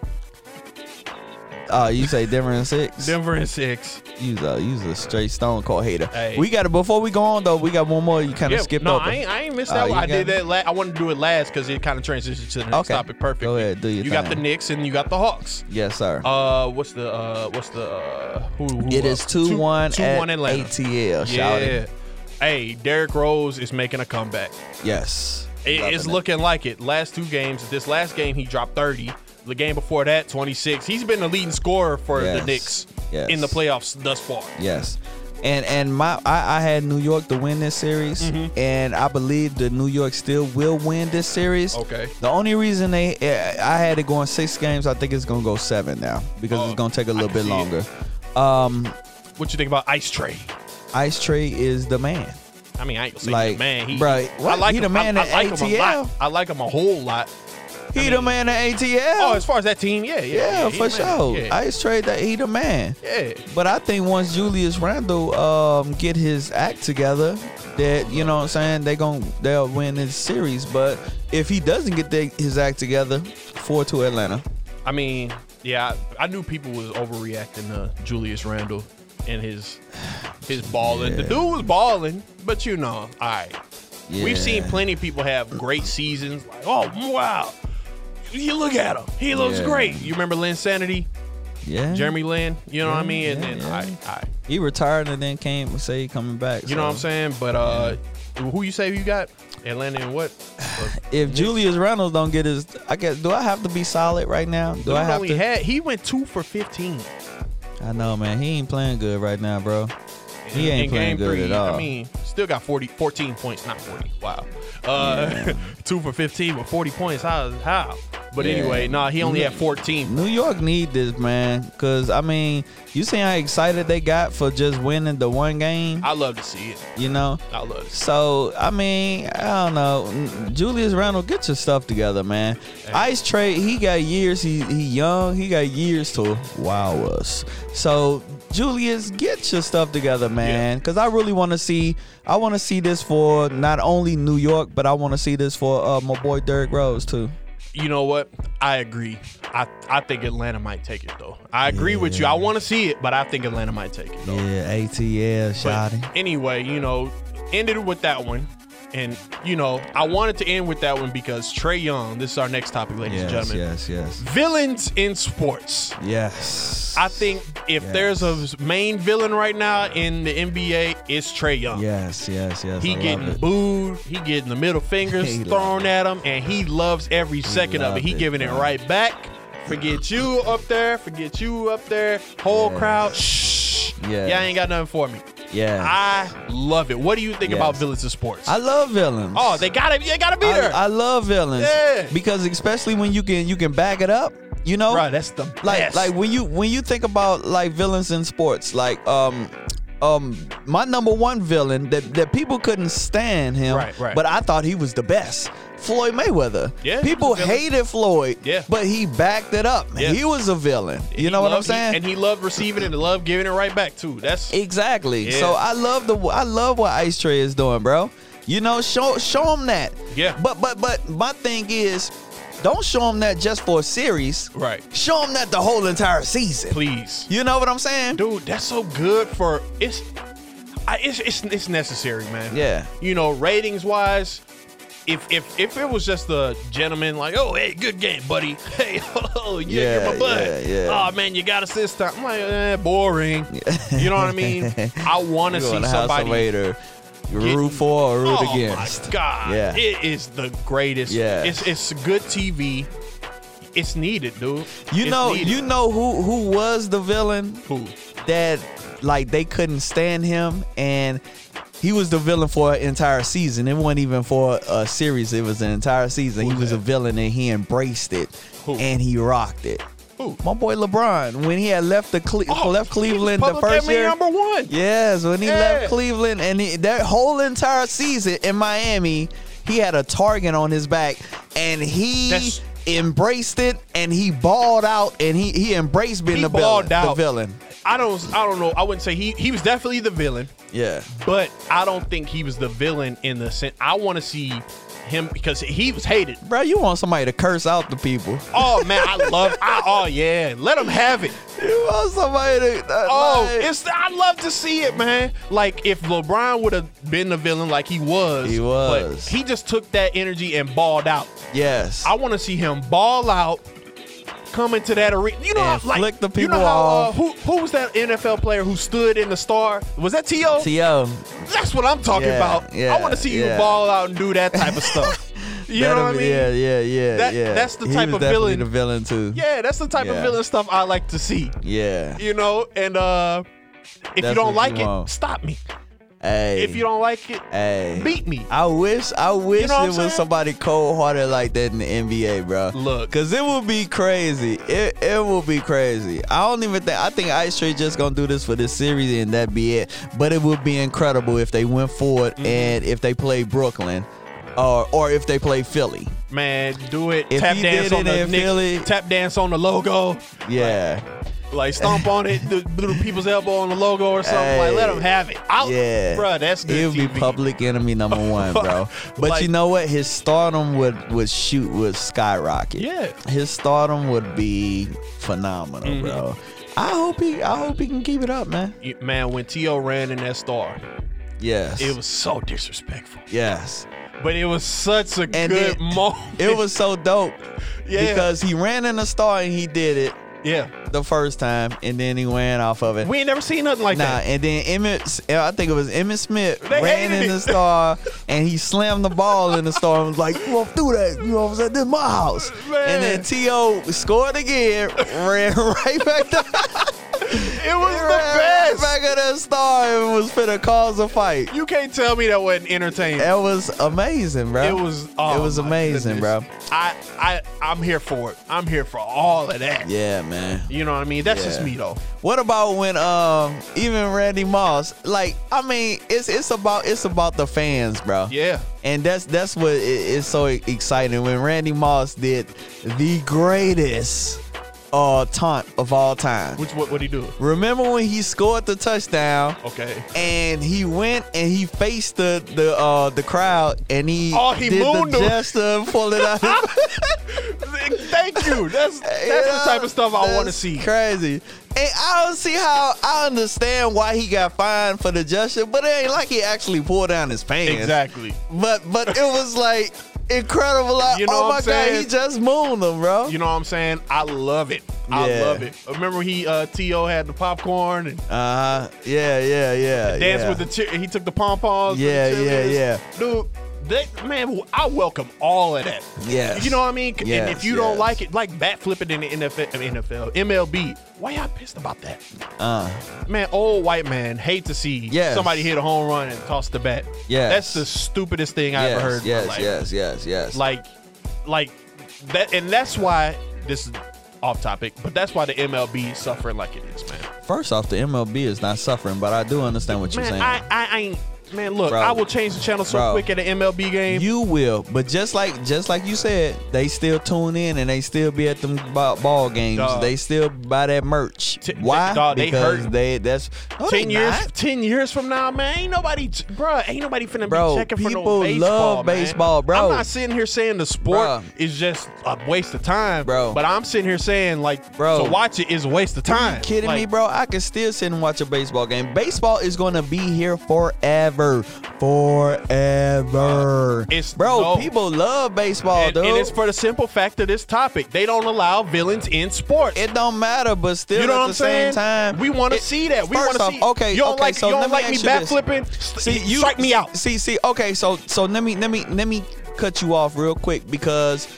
Oh, you say Denver and six? Denver and six. You's a you's a straight stone cold hater. Hey. We got it. Before we go on though, we got one more. You kind of Yeah, skipped no, over. I ain't, I ain't missed Oh, that. you one. I got did it. that. La- I wanted to do it last because it kind of transitions to the next Okay. topic perfectly. Go ahead, do your You got the thing. Knicks and you got the Hawks. Yes, sir. Uh, what's the uh, what's the uh, who? who it is up? two one two at one Atlanta. ATL. Shout Yeah. it. Hey, Derrick Rose is making a comeback. Yes. It- Loving it's looking like it. Last two games, this last game he dropped 30. The game before that, 26. He's been the leading scorer for Yes. the Knicks Yes. in the playoffs thus far. Yes. And and my I, I had New York to win this series, Mm-hmm. and I believe that New York still will win this series. Okay. The only reason they eh, I had it going six games, I think it's gonna go seven now because Oh, it's gonna take a I little can bit see it. longer. Um, What you think about Ice Trey? Ice Trey is the man. I mean, I ain't gonna say Like, he's the man. He, bruh, I what? like He him. the man I, I at like him a ATL? lot. I like him a whole lot. He the man at ATL. Oh, as far as that team, yeah, yeah, yeah, he for the man. sure. Yeah. Ice trade that he the man. yeah. But I think once Julius Randle um, get his act together, that you know what I'm saying, they gon' they'll win this series. But if he doesn't get the, his act together, four to Atlanta. I mean, yeah, I, I knew people was overreacting to Julius Randle and his his balling. The Yeah. dude was balling, but you know, all right. Yeah. We've seen plenty of people have great seasons. Like, oh wow, you look at him, he looks Yeah. great. You remember Lynn Sanity, Yeah, Jeremy Lynn? You know what I mean? And yeah, then, yeah. all right, all right. He retired and then came and say he coming back. you know what I'm saying? But uh, who you say you got? Atlanta and what? If Julius Randle don't get his, I guess do I have to be solid right now? Do Dude I have only to? had he went two for fifteen. I know, man. He ain't playing good right now, bro. He in ain't game playing good three, at all. I mean, still got 40, 14 points, not 40. Wow. Uh, two for 15, but 40 points. How? how? But Yeah. Mm. anyway, nah, he only had 14. New York need this, man, because I mean, you see how excited they got for just winning the one game, I love to see it. you know. I love to see So I mean, I don't know. Julius Randle, get your stuff together, man. Ice Trade, he got years. He he young. He got years to wow us. So Julius, get your stuff together, man. Because I really want to see. I want to see this for not only New York, but I want to see this for uh, my boy Derrick Rose too. You know what? I agree. I, I think Atlanta might take it, though. I agree with you. I want to see it, but I think Atlanta might take it, though. Yeah, ATL, But shotty. anyway, you know, ended with that one. And, you know, I wanted to end with that one because Trey Young, this is our next topic, ladies and Yes, gentlemen. yes, yes, Villains in sports. yes. I think if Yes. there's a main villain right now in the NBA, it's Trey Young. Yes, yes, yes. He I love getting it. booed. He getting the middle fingers He thrown at him, and he loves every second of it. love He it, giving it bro. right back. Forget you up there. Forget you up there. Whole Yes. crowd. Shh. Yes. Y'all ain't got nothing for me. Yeah. I love it. What do you think Yes. about villains in sports? I love villains. oh, they gotta. They gotta be there. I, I love villains Yeah. because especially when you can you can back it up. You know, Bruh, that's the like best. like when you when you think about like villains in sports, like um. Um, my number one villain that, that people couldn't stand him, Right, right. but I thought he was the best. Floyd Mayweather. Yeah, he was people a villain. hated Floyd. Yeah. but he backed it up. Yeah. He was a villain. You He know what I'm loved- he- saying? and he loved receiving and loved giving it right back too. That's Exactly. Yeah. So I love the I love what Ice Tray is doing, bro. You know, show show him that. Yeah. But but but my thing is, don't show him that just for a series. Right. Show him that the whole entire season. please. You know what I'm saying? dude that's so good for it's I, it's, it's it's necessary man Yeah. you know ratings wise if if if it was just the gentleman like oh hey good game buddy hey oh yeah, Yeah, you're my bud yeah, yeah. oh man you got assist time i'm like eh, boring you know what i mean i want to You see wanna have somebody somebody to root for or root oh against. my god Yeah. it is the greatest Yeah. it's it's good tv it's needed dude You It's know, needed. you know who who was the villain Who? that like they couldn't stand him and he was the villain for an entire season. It wasn't even for a series. It was an entire season. he Who's was that? a villain and he embraced it Who? and he rocked it. Who? My boy LeBron, when he had left the Cle- Oh, left he was Cleveland the public first enemy year. number one Yes, when he Yeah. left Cleveland and he, that whole entire season in Miami, he had a target on his back and he That's- embraced it and he balled out and he, he embraced being He the, villain, balled out. the villain. I don't I don't know. I wouldn't say he he was definitely the villain, Yeah. but I don't think he was the villain in the sense. I want to see him because he was hated. Bro, you want somebody to curse out the people. Oh man, I love. I, oh yeah, let him have it. You want somebody to. uh, Oh, like- it's I love to see it, man. Like if LeBron would have been the villain, like he was, He was. but he just took that energy and balled out. Yes. I want to see him ball out, come into that arena. You know, And how, like flick the you know how, people Uh, off. who who was that NFL player who stood in the star? Was that T.O.? T.O. That's what I'm talking Yeah, about. yeah, I want to see you yeah. ball out and do that type of stuff. you know what I That'll be- mean? Yeah, Yeah, yeah, yeah. That- yeah. that's the He type was of definitely villain- the villain, too. that's the type Yeah. of villain stuff I like to see. Yeah. You know, and uh if you That's don't what you like it, want. stop me. Hey. If you don't like it, Hey. beat me. I wish, I wish You know what I'm it was saying? somebody cold hearted like that in the NBA, bro. Look. cause it would be crazy. It it will be crazy. I don't even think. I think Ice Trade just gonna do this for this series and that be it. But it would be Mm-hmm. incredible if they went forward and if they play Brooklyn, or or if they play Philly. man, do it. If tap you dance did on it the in Knicks- Philly- tap dance on the logo. Yeah. Like stomp on it, do, do the people's elbow on the logo or something. Like let them have it. Out, yeah, bro. That's good. It would be TV. public enemy number one, bro. But Like- you know what? His stardom would would shoot would skyrocket. Yeah. his stardom would be phenomenal, Mm-hmm. bro. I hope he I hope he can keep it up, man. You- Man, when T.O. ran in that star, Yes, it was so disrespectful. yes. But it was such a good And it- moment. It was so dope Yeah. because he ran in the star and he did it yeah. the first time, and then he ran off of it. We ain't never seen nothing like Nah, that. and then Emmett, I think it was Emmett Smith They ran hated in it. the star and he slammed the ball in the star and was like, "You won't do that? You know what I'm saying? This is my house." Man. And then T.O. scored again, ran right back to It was the ran right best. back at the star and was finna cause a fight. You can't tell me that wasn't entertaining. That was amazing, bro. It was. oh it was my amazing, goodness. bro. I I I'm here for it. I'm here for all of that. Yeah, man. You know what I mean? That's just Yeah. me though. What about when um even Randy Moss? Like, I mean, it's it's about it's about the fans, bro. Yeah. And that's that's what i- is so exciting when Randy Moss did the greatest uh taunt of all time. Which what what he do? Remember when he scored the touchdown Okay. and he went and he faced the the uh the crowd and he, Oh, he did the mooned him. gesture and pulled it out. Thank you. That's that's You the know, type of stuff I want to that's see. Crazy. And I don't see how I understand why he got fined for the gesture, but it ain't like he actually pulled down his pants. Exactly. But but it was like incredible. Like, You know oh what my I'm god, saying? he just mooned him, bro. You know what I'm saying? I love it. I Yeah. love it. Remember he uh T.O. had the popcorn and uh huh. Yeah, yeah, yeah. danced yeah. with the cheer. He took the pom poms. Yeah, yeah, yeah. Dude, that man, I welcome all of that. Yes. You know what I mean? and if Yes, you don't yes. like it, like bat flipping in the NFL, I mean, NFL, MLB, why y'all pissed about that? Uh, Man, old white man hate to see Yes. somebody hit a home run and toss the bat. Yes. That's the stupidest thing I yes, ever heard. in my yes, life. yes, yes, yes. Like, like that, and that's why this is off topic, but that's why the MLB is suffering like it is, man. First off, the MLB is not suffering, but I do understand what you're Man, saying. I, I ain't. Man, look, Bro. I will change the channel so Bro. quick at an MLB game. You will, but just like just like you said, they still tune in and they still be at them ba- ball games. Dog. They still buy that merch. T- Why? dog, they because hurting. they, that's no, ten they years, not. ten years from now, man, ain't nobody, bro, ain't nobody finna Bro, be checking for no people love baseball. man. baseball, bro. I'm not sitting here saying the sport Bruh. is just a waste of time, Bro. But I'm sitting here saying like, Bro. to watch it is a waste of time. You kidding Like, me, bro? I can still sit and watch a baseball game. Baseball is going to be here forever, forever. Uh, It's- bro, no. people love baseball, And, dude. and it's for the simple fact of this topic, they don't allow villains in sports. it don't matter, but still you know at what the I'm saying? same time, we want to it- see that. We first want to off, see. Okay, you don't okay, like, so you don't let like me ask you back this. flipping. See, you strike me out. See, see, okay, so so let me let me let me cut you off real quick because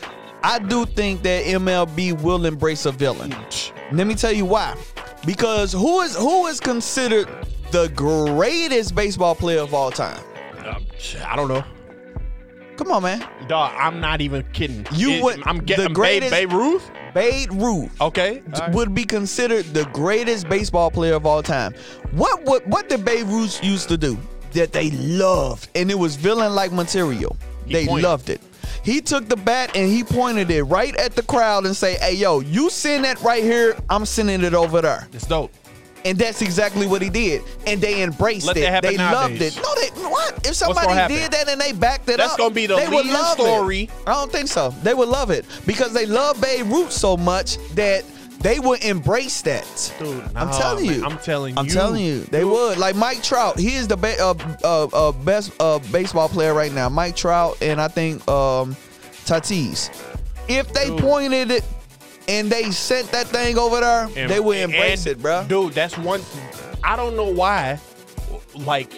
I do think that MLB will embrace a villain. Let me tell you why. Because who is who is considered the greatest baseball player of all time? Um, I don't know. Come on, man. Dog, I'm not even kidding. You It- would- I'm the getting greatest- Babe, Babe Ruth. Babe Ruth. Okay. All right. would be considered the greatest baseball player of all time. What what what did Babe Ruth used to do that they loved and it was villain like material? He they pointed. loved it. He took the bat and he pointed it right at the crowd and say, "Hey yo, you send that right here, I'm sending it over there." It's dope. And that's exactly what he did. And they embraced Let it. that happen they nowadays. loved it. No, they what? If gonna somebody happen? did that and they backed it That's up, gonna be the they would leading love it. story. I don't think so. They would love it because they love Babe Ruth so much that they would embrace that. Dude, I'm nah, telling man. you. I'm telling I'm you. telling you. They would. Like Mike Trout. He is the ba- uh, uh, uh, best uh, baseball player right now. Mike Trout and I think um, Tatis. If they Dude. pointed it and they sent that thing over there, And- they would embrace and, it, bro. Dude, that's one. I don't know why. Like,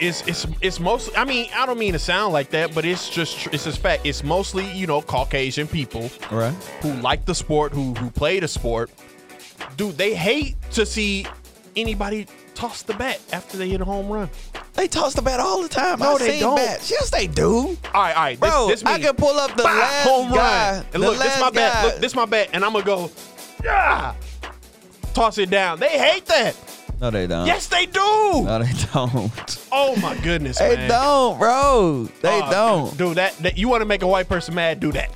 it's it's it's mostly. I mean, I don't mean to sound like that, but it's just tr- it's just fact. It's mostly you know Caucasian people Right. who like the sport, who who play the sport. Dude, they hate to see anybody toss the bat after they hit a home run. They toss the bat all the time. No, I've they seen don't. Bats. Yes, they do. All right, all right, this- Bro, this, me. I can pull up the Bah, last home guy. run. the And look, this last my bat. guy. Look, this my bat, and I'm gonna go, yeah, toss it down. They hate that. No, they don't. Yes, they do. No, they don't. Oh my goodness, They man. don't, bro. They Uh, don't. Dude, that, that you want to make a white person mad? Do that.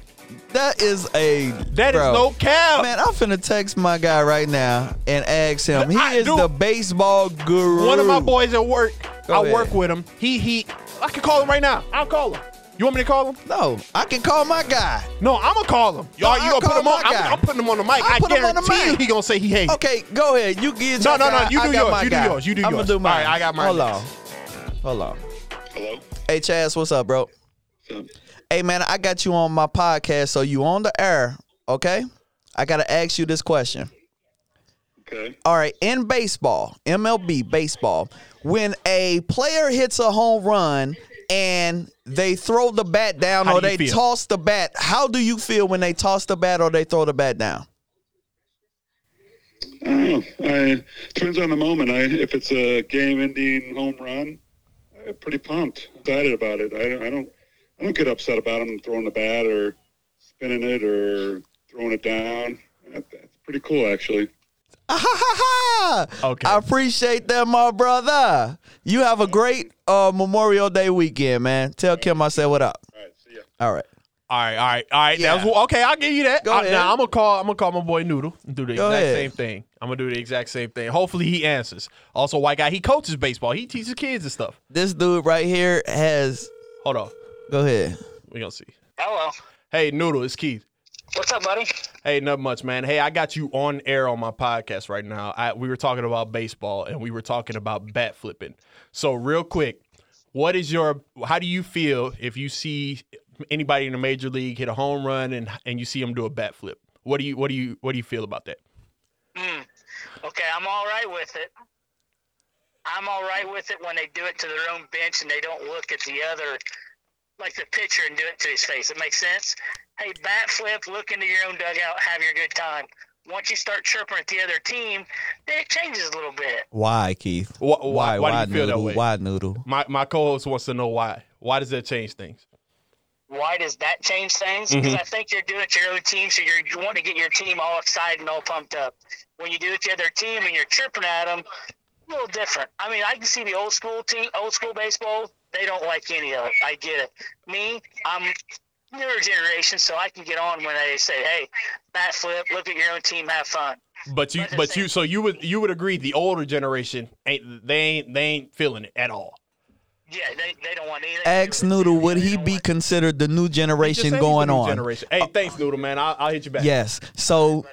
That is a. That is bro. no cap. Man, I'm finna text my guy right now and ask him. He I- is dude, the baseball guru. One of my boys at work. Go I ahead. work with him. He he. I can call him right now. I'll call him. You want me to call him? No, I can call my guy. No, I'm gonna call him. No, Y'all, you I'll gonna put call him on? my guy. I'm, I'm putting him on the mic. I'll I put him on the guarantee you, mic. he gonna say he hates. Okay, go ahead. You get No, your no, no. guy. You I do got yours. my You do guy. yours. You do I'ma yours. do All mine. right, I got mine Hold next. on. Hold on. Hello. Hey Chaz, what's up, bro? Hey man, I got you on my podcast, so you on the air, okay? I gotta ask you this question. Okay. All right, in baseball, MLB baseball, when a player hits a home run and they throw the bat down How or do they you feel? toss the bat, how do you feel when they toss the bat or they throw the bat down? I don't know. I depends on the moment. I if it's a game-ending home run, I'm pretty pumped, excited about it. I, I don't, I don't get upset about them throwing the bat or spinning it or throwing it down. That, that's pretty cool, actually. Okay. I appreciate that, my brother. You have a great uh, Memorial Day weekend, man. Tell Kim I said what up. All right. See ya. All right. All right, all right, all right. Yeah. That was, okay, I'll give you that. Go I, ahead. Now I'm gonna call. I'm gonna call my boy Noodle and do the Go exact ahead. same thing. I'm gonna do the exact same thing. Hopefully he answers. Also, white guy. He coaches baseball. He teaches kids and stuff. This dude right here has. Hold on. Go ahead. We gonna see. Hello. Hey, Noodle, it's Keith. What's up, buddy? Hey, not much, man. Hey, I got you on air on my podcast right now. I, we were talking about baseball and we were talking about bat flipping. So, real quick, what is your? How do you feel if you see anybody in the major league hit a home run and and you see them do a bat flip? What do you what do you what do you feel about that? Mm. Okay, I'm all right with it. I'm all right with it when they do it to their own bench and they don't look at the other, like the pitcher, and do it to his face. It makes sense. Hey, bat flip, look into your own dugout, have your good time. Once you start chirping at the other team, then it changes a little bit. Why, Keith? Why- why- why do you feel that noodle? way? Why noodle? My my co-host wants to know why. Why does that change things? Why does that change things? Because I think you're doing it to your own team, so you're, you want to get your team all excited and all pumped up. When you do it to the other team and you're chirping at them, a little different. I mean, I can see the old school team, old school baseball. They don't like any of it. I get it. Me, I'm newer generation, so I can get on when they say, "Hey, bat flip, look at your own team, have fun." But you That's the but you same. so you would you would agree the older generation ain't they ain't they ain't feeling it at all. Yeah, they, they don't want anything. to do Ask with it. Noodle, would They he don't be want- considered the new He just generation said he's going the new on? Uh, Generation. Hey, thanks, Noodle man. I'll, I'll hit you back. Yes. So,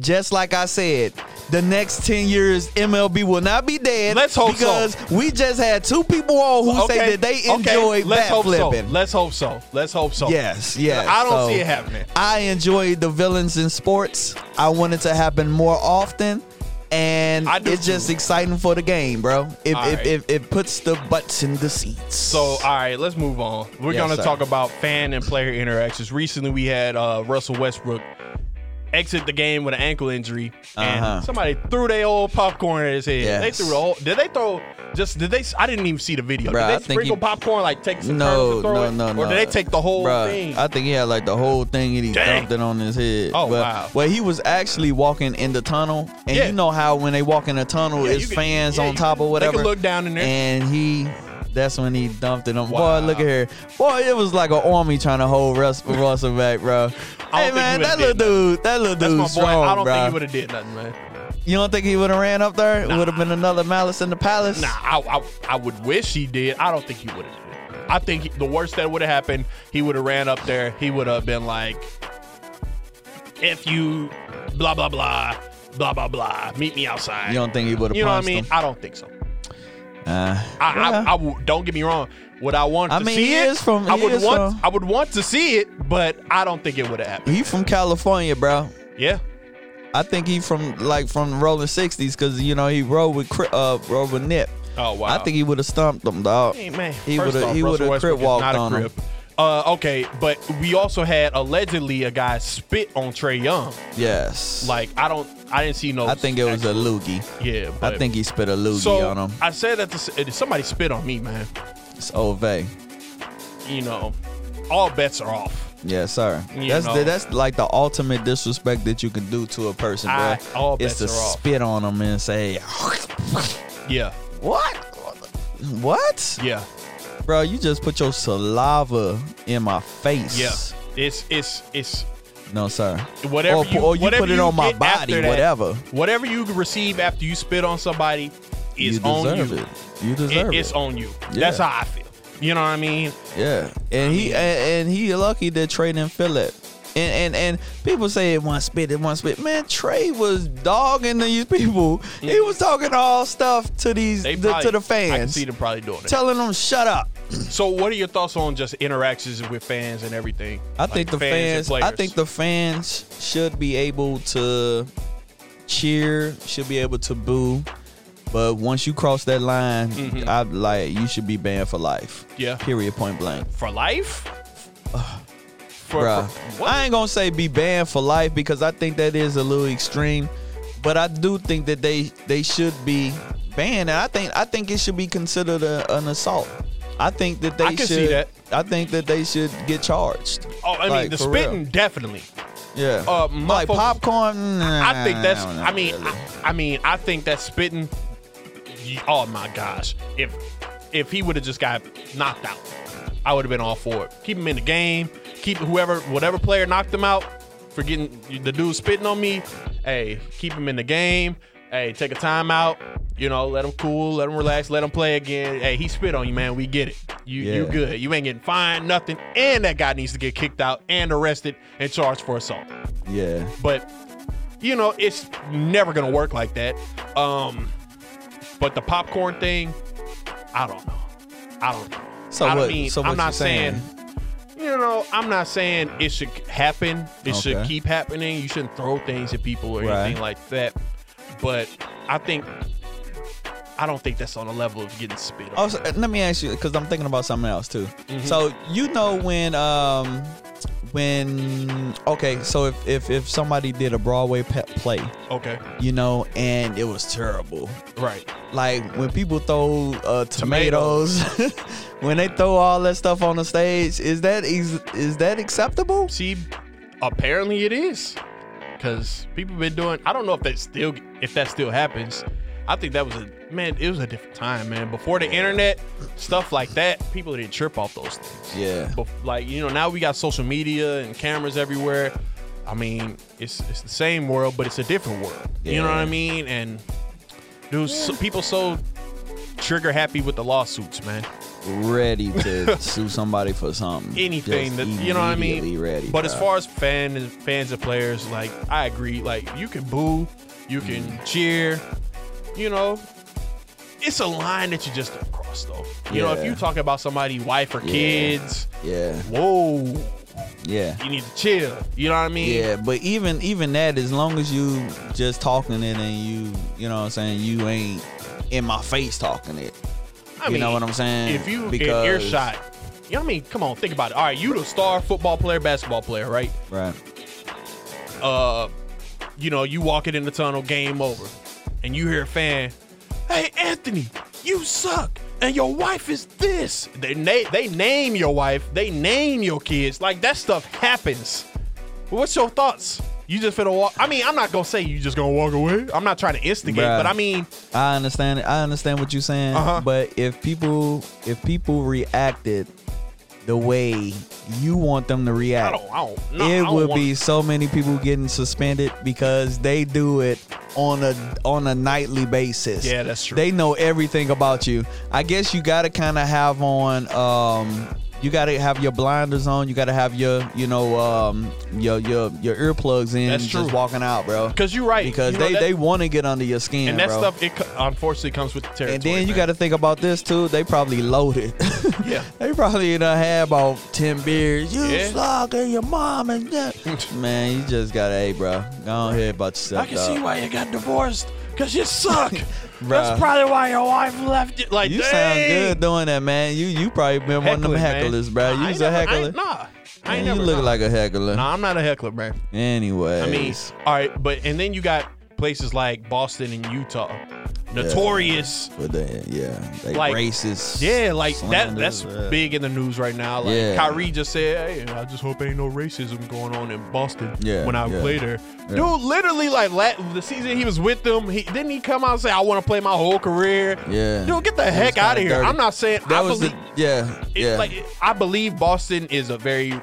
just like I said, the next 10 years, MLB will not be dead. Let's hope so. Because we just had two people on who say that they okay, enjoy Let's bat hope flipping. So. Let's hope so. Let's hope so. Yes, yes. I don't So, see it happening. I enjoy the villains in sports. I want it to happen more often. And I do it's just too. exciting for the game, bro. It, All it, right. it, it puts the butts in the seats. So, all right, let's move on. We're Yes, going to sir. talk about fan and player interactions. Recently, we had uh, Russell Westbrook exit the game with an ankle injury, and Uh-huh. somebody threw their old popcorn at his head. They Yes. threw the whole. Did they throw? Just did they? I didn't even see the video. Bruh, I did think they sprinkle he- popcorn like take some no, turns to throw no, it? no, no. Or did they take the whole Bruh, thing? I think he had like the whole thing and he Dang. dumped it on his head. Oh, but, wow. Well, he was actually walking in the tunnel, and Yeah. you know how when they walk in the tunnel, Yeah, it's you can- fans yeah, on you top can- or they whatever. can look down in there. and he. That's when he dumped it on. Wow. Boy, look at here. Boy, it was like an army trying to hold Russ, Russell back, bro. I Hey don't think he man, would've that little did dude, that little That's dude, my boy. strong, I don't bro. think he would have did nothing, man. you don't think he would have ran up there? It would have been another malice in the palace. Nah, I, I, I would wish he did. I don't think he would have. I think he- the worst that would have happened, he would have ran up there. He would have been like, "If you, blah blah blah, blah blah blah, meet me outside." You don't think he would have You know what I punched mean? I don't think so. him? Uh, I, I, yeah. I would- don't get me wrong. Would I want I to mean, see he it? is from- I he would is want. from- I would want to see it, but I don't think it would have happened. he from California, bro. Yeah. I think he from like from the rolling sixties because you know he rode with Cri- uh rode with Nip. Oh wow. I think he would have stumped him, dog. Hey, man. he First would have off, he Russell would have Westbrook crip is walked not a on him. crip. Uh, okay, but we also had allegedly a guy spit on Trey Young. Yes, Like I don't, I didn't see no. I think it was a actual- loogie. Yeah, I but- think he spit a loogie so. on him. I said that this, it- somebody spit on me, man. It's Ove. You know, all bets are off. Yeah, sir. You that's know. the, that's like the ultimate disrespect that you can do to a person, bro. I- all it's bets to are off. spit on them and say, Yeah, "What? What, yeah, bro? You just put your saliva in my face." yeah. It's it's it's No, sir. whatever. Or, you, or you whatever put it on my get after body, that, whatever. Whatever you receive after you spit on somebody is you on you. deserve it. You deserve It- it. it's on you. Yeah. That's how I feel. You know what I mean? Yeah, and he and, and he lucky that Trey didn't feel it. And, and and people say it one spit, it one spit. Man, Trey was dogging these people. He was talking all stuff to these They the, probably, to the I can fans, see them probably doing it. telling them shut up. So, what are your thoughts on just interactions with fans and everything? I Like think the and fans. I players. think the fans should be able to cheer, should be able to boo, but once you cross that line, I like you should be banned for life. Yeah. Period. Point blank. for life. For, Bruh. for- what? I ain't gonna say be banned for life because I think that is a little extreme, but I do think that they they should be banned, and I think I think it should be considered a, an assault. I think that they I can should. see that. I think that they should get charged. oh, I mean, Like, the for real. spitting definitely. Yeah. Uh, my like focus- popcorn. Nah, I think that's. don't know, I mean, really. I, I mean, I think that spitting. y- Oh my gosh! If if he would have just got knocked out, I would have been all for it. Keep him in the game. Keep whoever, whatever player knocked him out for getting the dude spitting on me. Hey, keep him in the game. Hey, take a timeout. You know, let him cool, let him relax, let him play again. Hey, he spit on you, man. We get it. You you Yeah. good. You ain't getting fined, nothing. And that guy needs to get kicked out and arrested and charged for assault yeah. but you know it's never gonna work like that um but the popcorn thing i don't know i don't know So I what- mean so i'm what not you saying? you know i'm not saying it should happen it should Okay. keep happening you shouldn't throw things at people or Right. anything like that but i think i don't think that's on the level of getting spit on Also, uh, let me ask you because I'm thinking about something else too. Mm-hmm. So you know when um when okay so if if if somebody did a Broadway pe- play okay you know and it was terrible right like when people throw uh, tomatoes when they throw all that stuff on the stage is that is is that acceptable? See, apparently it is, because people been doing. I don't know if that still if that still happens. I think that was a man. It was a different time, man. Before the internet, stuff like that, people didn't trip off those things. Yeah. But like you know, now we got social media and cameras everywhere. I mean, it's it's the same world, but it's a different world. You know what I Yeah. mean? And dude, so, people so trigger happy with the lawsuits, man Ready to sue somebody for something? anything Just that you know what I immediately mean. Ready, but as bruh. far as fan and fans and players, like I agree. Like you can boo, you can Mm. cheer, you know. It's a line that you just don't cross though. You know, if Yeah. you talk about somebody, wife or kids, yeah, whoa, yeah. you need to chill. You know what I mean? Yeah, but even even that, as long as you just talking it and you you know what I'm saying, you ain't in my face talking it. I you mean, know what I'm saying? If you in earshot, you know what I mean? Come on, think about it. All right, you the star football player, basketball player, right? right? uh, you know, you walking in the tunnel, game over, and you hear a fan, "Hey, Anthony, you suck, and your wife is this." They na- they name your wife, they name your kids, like that stuff happens. What's your thoughts? You just finna walk. I mean, I'm not gonna say you just gonna walk away. I'm not trying to instigate, Bruh. but I mean, I understand it. I understand what you're saying, Uh-huh. but if people if people reacted the way you want them to I react, don't, I don't. No, I it don't would wanna- be so many people getting suspended because they do it on a on a nightly basis. Yeah, that's true. They know everything about you. I guess you got to kind of have on um you got to have your blinders on, you got to have your you know um your your your earplugs in That's just true. walking out, bro. 'Cause you're right. Because You know they that- they want to get under your skin, and that bro. stuff. It co- unfortunately comes with the territory. and then you man. got to think about this too. They probably loaded. yeah. They probably done had about ten beers. You Yeah. slog and your mom and that. Man, you just got a hey, bro. Go on here about yourself. I can dog. see why you got divorced. Cause you suck. uh, Bruh. That's probably why your wife left you. Like, You sound dang. good doing that, man. You you probably been one of them hecklers, bro. Nah, I You ain't was a never- I heckler. ain't- Nah, I ain't Man, never. you look nah. like a heckler. Nah, I'm not a heckler, man. Anyway, I mean, all right, but and then you got places like Boston and Utah notorious. But they, yeah, they Like, racist. Yeah, like that. slanders, That's yeah. big in the news right now. Like Yeah. Kyrie just said, "Hey, I just hope ain't no racism going on in Boston." Yeah, when I yeah, played there, yeah. dude, literally like la- the season he was with them, he didn't he come out and say, "I want to play my whole career." Yeah. dude, get the That was heck out of kinda here. dirty. I'm not saying That I was believe. the yeah, it- yeah, Like I believe Boston is a very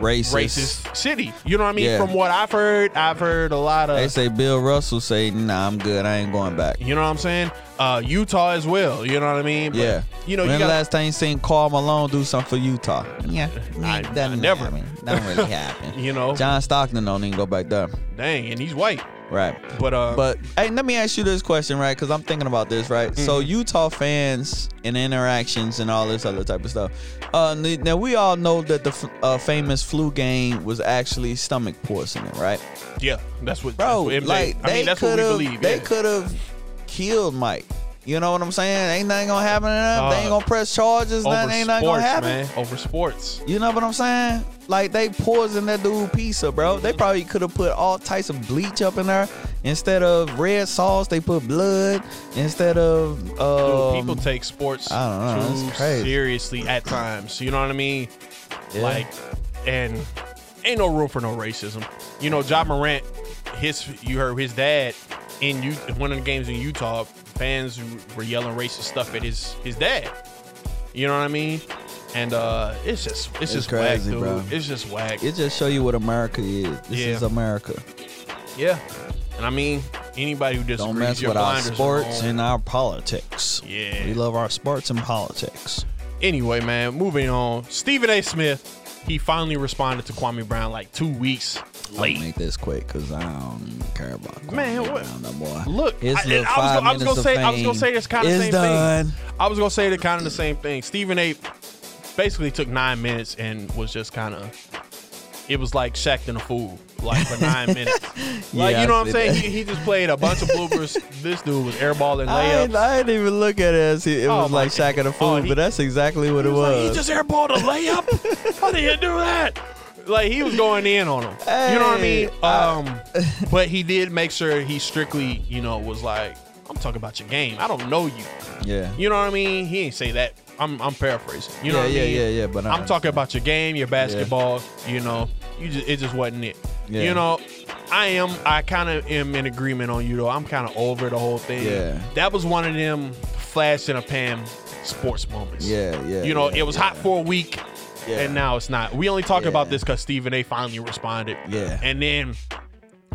racist. racist city. You know what I mean? Yeah. From what I've heard, I've heard a lot of They say Bill Russell say, "Nah, I'm good. I ain't going back." You know what I'm saying? Uh, Utah as well. You know what I mean? But, yeah, You know, when you the got last time you seen Carl Malone do something for Utah? Yeah, I- that I never. Happen. That don't really happen. You know? John Stockton don't even go back there, dang, and he's white. right? But uh, But hey, let me ask you this question, right? Because I'm thinking about this, right? So Mm-hmm. Utah fans and interactions and all this other type of stuff. Uh, n- now we all know that the f- uh, famous flu game was actually stomach poisoning, right? yeah, that's what. Bro, that's what MJ like I mean, they that's what could we have, believe. they yeah. could have killed Mike. You know what I'm saying? Ain't nothing gonna happen to them. they ain't Uh, gonna press charges. over Nothing ain't nothing gonna sports, happen. man. Over sports. You know what I'm saying? Like they poisoned that dude pizza, bro. They probably could have put all types of bleach up in there. Instead of red sauce, they put blood. Instead of Dude, um, people take sports I don't know, too that's crazy. seriously at times. You know what I mean? Yeah. Like, and ain't no room for no racism. You know, John Morant, his you heard his dad in U- one of the games in Utah, fans were yelling racist stuff at his his dad. You know what I mean? And uh, it's just it's, just crazy, whack, dude. bro. It's just whack. it just show you what America is. This Yeah. is America. yeah. And I mean, anybody who disagrees, Don't mess your with our blinders are sports on. and our politics. Yeah. we love our sports and politics. Anyway, man, moving on. Stephen A. Smith, he finally responded to Kwame Brown like two weeks I'll late. make this quick because I don't even care about Kwame Man, what- Brown no more. Look, His I- I little was five gonna- I was minutes gonna of say- I was fame gonna say this kinda is same thing. done. I was gonna say the kind of the same thing. Stephen A. basically took nine minutes and was just kind of. It was like Shaq and a fool, like for nine minutes. Like Yeah, you know I what I'm see saying? that. He, he just played a bunch of bloopers. this dude was airballing I, layups. ain't- I didn't even look at it as he, it Oh was my like Shaq and the Oh, Fool, he- but that's exactly what it He was like, was. he just airballed a layup. How did you do that? Like he was going in on him. you know what I mean? Hey, Um, but he did make sure he strictly, you know, was like, I'm talking about your game. I don't know you. yeah. You know what I mean? He ain't say that. I'm I'm paraphrasing. You know yeah, what yeah, I mean? yeah, yeah. But I I'm talking about your game, your basketball. You know, you just it just wasn't it. Yeah. You know, I am. I kind of am in agreement on you though. I'm kind of over the whole thing. Yeah. that was one of them flash in a pan sports moments. Yeah, yeah, You know, yeah, it was yeah. hot for a week, Yeah. and now it's not. We only talk Yeah. about this because Stephen A. finally responded. Yeah. and then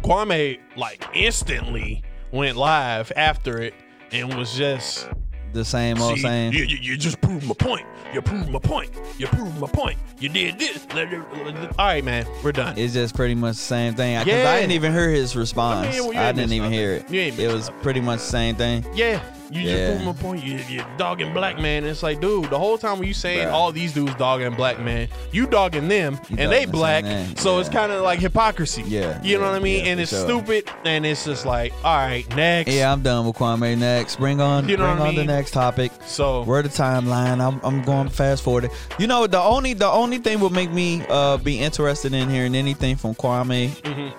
Kwame like instantly went live after it and was just the same old See, same. You, you, you just proved my point. You proved my point. You proved my point. You did this. All right, man. We're done. It's just pretty much the same thing. Because Yeah. I didn't even hear his response. I mean, well, you I ain't didn't missed even hear it. nothing. You ain't it missed was nothing. pretty much the same thing. yeah. You just Yeah. proved my point. You, you dog and black man. It's like, dude, the whole time when you saying Bruh. all these dudes dog and black man, you dogging them and they dogging the same black. thing. So it's Yeah. kind of like hypocrisy. Yeah, You know yeah, what I mean? yeah, and for it's sure. stupid. And it's just like, all right, next. Yeah, I'm done with Kwame next. Bring on, You know bring what I on the mean? next topic. So Where the timeline? I'm, I'm going fast forward. it. You know, the only the only thing would make me uh be interested in hearing anything from Kwame,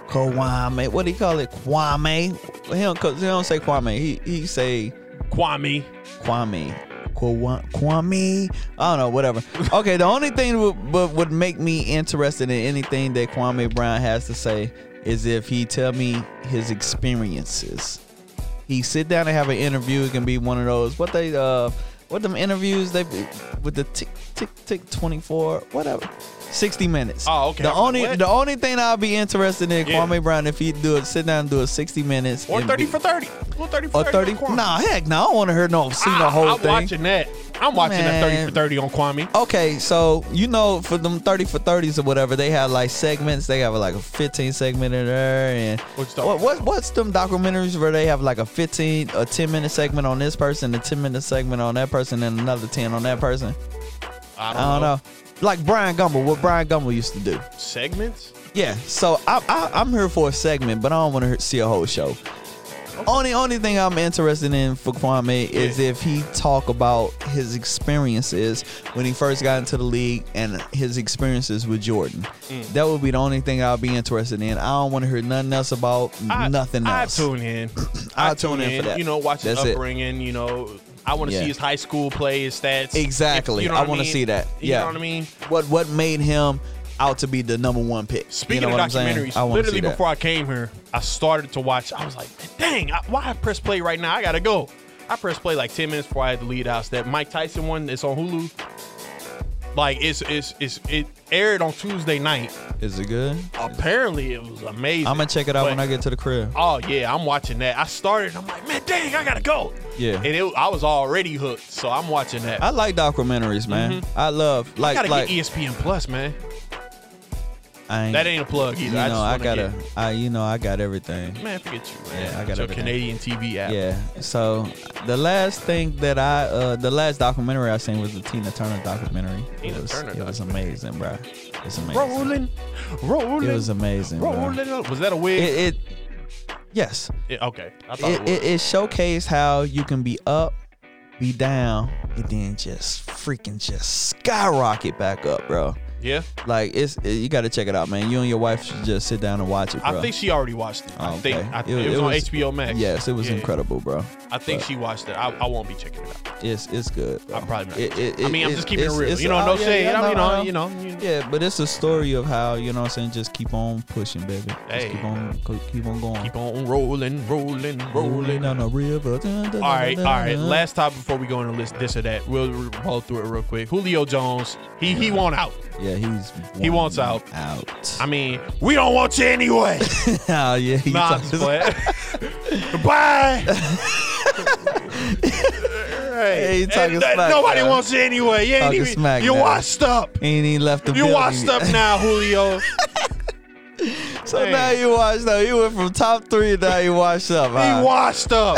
Kwame. What do you call it, Kwame? He don't, cause he don't say Kwame. He he say Kwame. Kwame. Kwa- Kwame, I don't know, whatever. Okay, the only thing would, but would make me interested in anything that Kwame Brown has to say is if he tell me his experiences. He sit down and have an interview. It can be one of those what they uh what them interviews they with the tick tick tick twenty four whatever sixty minutes. Oh, okay. The I'm like, only what? the only thing I'll be interested in Yeah. Kwame Brown if he do it sit down and do a sixty minutes Or and 30 be- for 30. Or 30 for or 30 Kwame. nah heck no i don't want to hear no see I, the whole I'm thing watching that. I'm watching that 30 Man. for 30 on Kwame. okay so you know for them 30 for 30s or whatever they have like segments they have like a 15 segment in there and What you talking what, what about? what's them documentaries where they have like a 15 a 10 minute segment on this person a 10 minute segment on that person and another 10 on that person i don't, Uh-huh. know. like brian gumble what brian gumble used to do Segments? yeah so I, I i'm here for a segment but i don't want to see a whole show Only only thing I'm interested in for Kwame is if he talk about his experiences when he first got into the league and his experiences with Jordan. Mm. That would be the only thing I'll be interested in. I don't want to hear nothing else about I, nothing I else. tune in. I'll tune in for that. You know, watch his That's it. upbringing. You know, I want to Yeah. see his high school play, his stats. Exactly. If- I what wanna mean? see that. You Yeah. know what I mean? What what made him out to be the number one pick? You Speaking know what I'm of saying? documentaries, I wanna literally see that. before I came here, I started to watch. I was like, dang, I, why I press play right now? I gotta go. I pressed play like ten minutes before I had to lead house. That Mike Tyson one that's on Hulu. Like it's it's it's it aired on Tuesday night. Is it good? Apparently it was amazing. I'm gonna check it out But- when I get to the crib. Oh yeah, I'm watching that. I started. I'm like, man, dang, I gotta go. Yeah. and it, I was already hooked, so I'm watching that. I, I like documentaries, man. I love like Mm-hmm. gotta like get E ESPN Plus, man. I ain't, That ain't a plug either. you I know just I, wanna gotta get- I you know I got everything. man, forget you, man. Yeah, I got It's your everything. Canadian TV app. Yeah. So the last thing that I, uh, the last documentary I seen was the Tina Turner documentary. Tina it was, Turner it was amazing, bro. It's amazing. rolling, rolling. It was amazing, bro. rolling. It, up. Was that a wig? it yes, Yeah, okay, I thought it, it, was. it, it showcased how you can be up, be down, and then just freaking just skyrocket back up, bro. yeah, Like it's it- you got to check it out, man. You and your wife should just sit down and watch it, bro. I think she already watched it. I Oh, Okay. think I, it, was on HBO Max. Yes, it was Yeah. incredible, bro. I think she watched it. I, I won't be checking it out. It's it's good. bro. I'm probably not. Oh. It- it- I mean, I'm it- just keeping it it's- real. it's- You know, oh, no yeah, shade. yeah, I mean, no, I- no. you know, you know. Yeah, but it's a story of how you know what I'm saying. Just keep on pushing, baby. Just Hey. keep on co- keep on going. Keep on rolling, rolling, rolling. rolling down the river. Dun, dun, All right, all dun, right. dun. Last topic before we go on the list, this or that. We'll re- roll through it real quick. Julio Jones, he he want out. Yeah, he's He wants one out. Out. I mean, we don't want you anyway. oh yeah. He nah, I'm talks- just playing. Bye. Hey, you talking that- smack, nobody bro. wants you anyway. You ain't Talking even, smack you now. washed up. Ain't even left the You building washed yet. up now, Julio. he so Hey. now you washed up. You went from top three. Now you washed up. huh? washed up.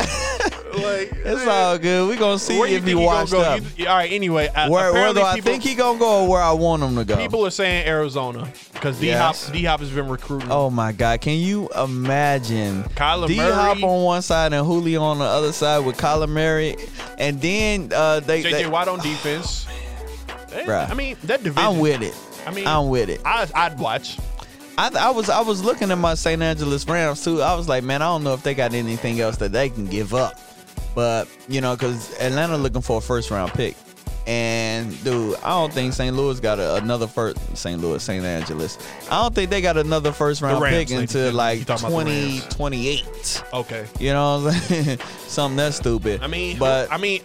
like it's all good. We gonna see Where you if think he gonna washed go? up. You- all right. Anyway, I- where where do apparently I people- think he gonna go or where I want him to go? People are saying Arizona because D Hop Yes. D Hop has been recruiting. Oh my God! Can you imagine? Kyler D Hop Murray. on one side and Julio on the other side with Kyler Murray, and then uh, they. JJ they- Watt on defense. Eh, Bruh. I mean that division. I'm with it. I I mean- mean, I'm with it. I, I'd watch. I, I was I was looking at my St. Angeles Rams too. I was like, man, I don't know if they got anything else that they can give up, but you know, because Atlanta looking for a first round pick, and dude, I don't think St. Louis got a, another first St. Louis St. Angeles. I don't think they got another first round Rams, pick ladies and until gentlemen. like You talking about the 20, Rams. 28. Okay. You know what I'm saying? Something that's stupid. I mean, but I mean,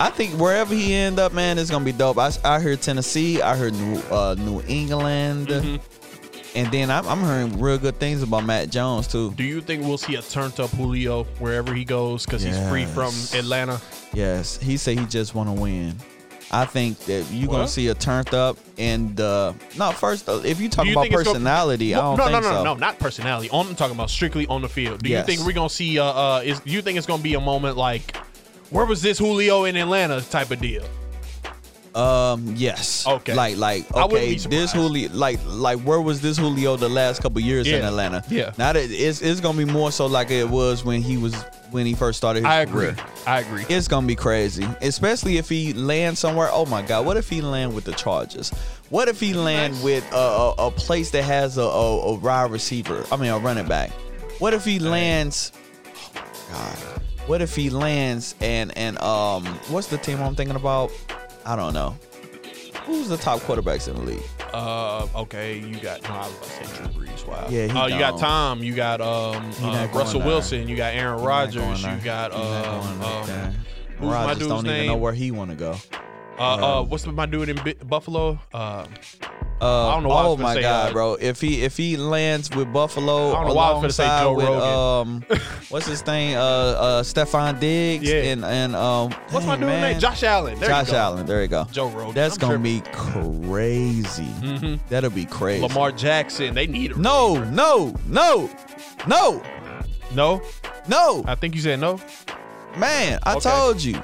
I think wherever he end up, man, it's gonna be dope. I, I heard Tennessee, I heard New uh, New England, Mm-hmm. and then I'm, I'm hearing real good things about Matt Jones too. do you think we'll see a turned up Julio wherever he goes because he's free from Yes. Atlanta? Yes, he said he just want to win. I think that you gonna What? see a turned up and uh, not first. uh, If you talk Do you about think it's gonna- personality, I No, don't no, think no, no, so. no, not personality. On, I'm talking about strictly on the field. Do Yes. you think we're gonna see? Uh, uh is do you think it's gonna be a moment like, where was this Julio in Atlanta type of deal? Um. Yes. Okay. Like, like, I wouldn't okay. be This surprised. Julio, like, like, where was this Julio the last couple years in Yeah. Atlanta? Yeah. Now that it's it's gonna be more so like it was when he was when he first started. His I agree. career. I agree. It's gonna be crazy, especially if he lands somewhere. Oh my God! What if he land with the Chargers? What if he land with a, a, a place that has a, a, a wide receiver? I mean, a running back. What if he lands? God. What if he lands and and um, what's the team I'm thinking about? I don't know. Who's the top quarterbacks in the league? Uh, okay, you got. No, I was about to say Drew Brees. Wow. Yeah, he Oh, you got gone. Tom. You got um not uh, going Russell there. Wilson. You got Aaron Rodgers. You got um, um who's my Rodgers dude's don't even know name? where he want to go. uh, uh what's my dude in B- Buffalo? Uh, Uh, I don't know why I oh was gonna my say, god, uh, bro! If he if he lands with I Buffalo don't know why I was gonna say alongside Joe with Rogan. um, what's his name? Uh, uh, Stephon Diggs Yeah. and and um, what's my dang, dude name? man. Josh Allen. There you Josh go. Allen. There you go. Joe Rogan. That's I'm Mm-hmm. gonna be crazy. That'll be crazy. Lamar Jackson. They need him. No, no, no, no, no. no, I think you said no. man! I Okay. told you.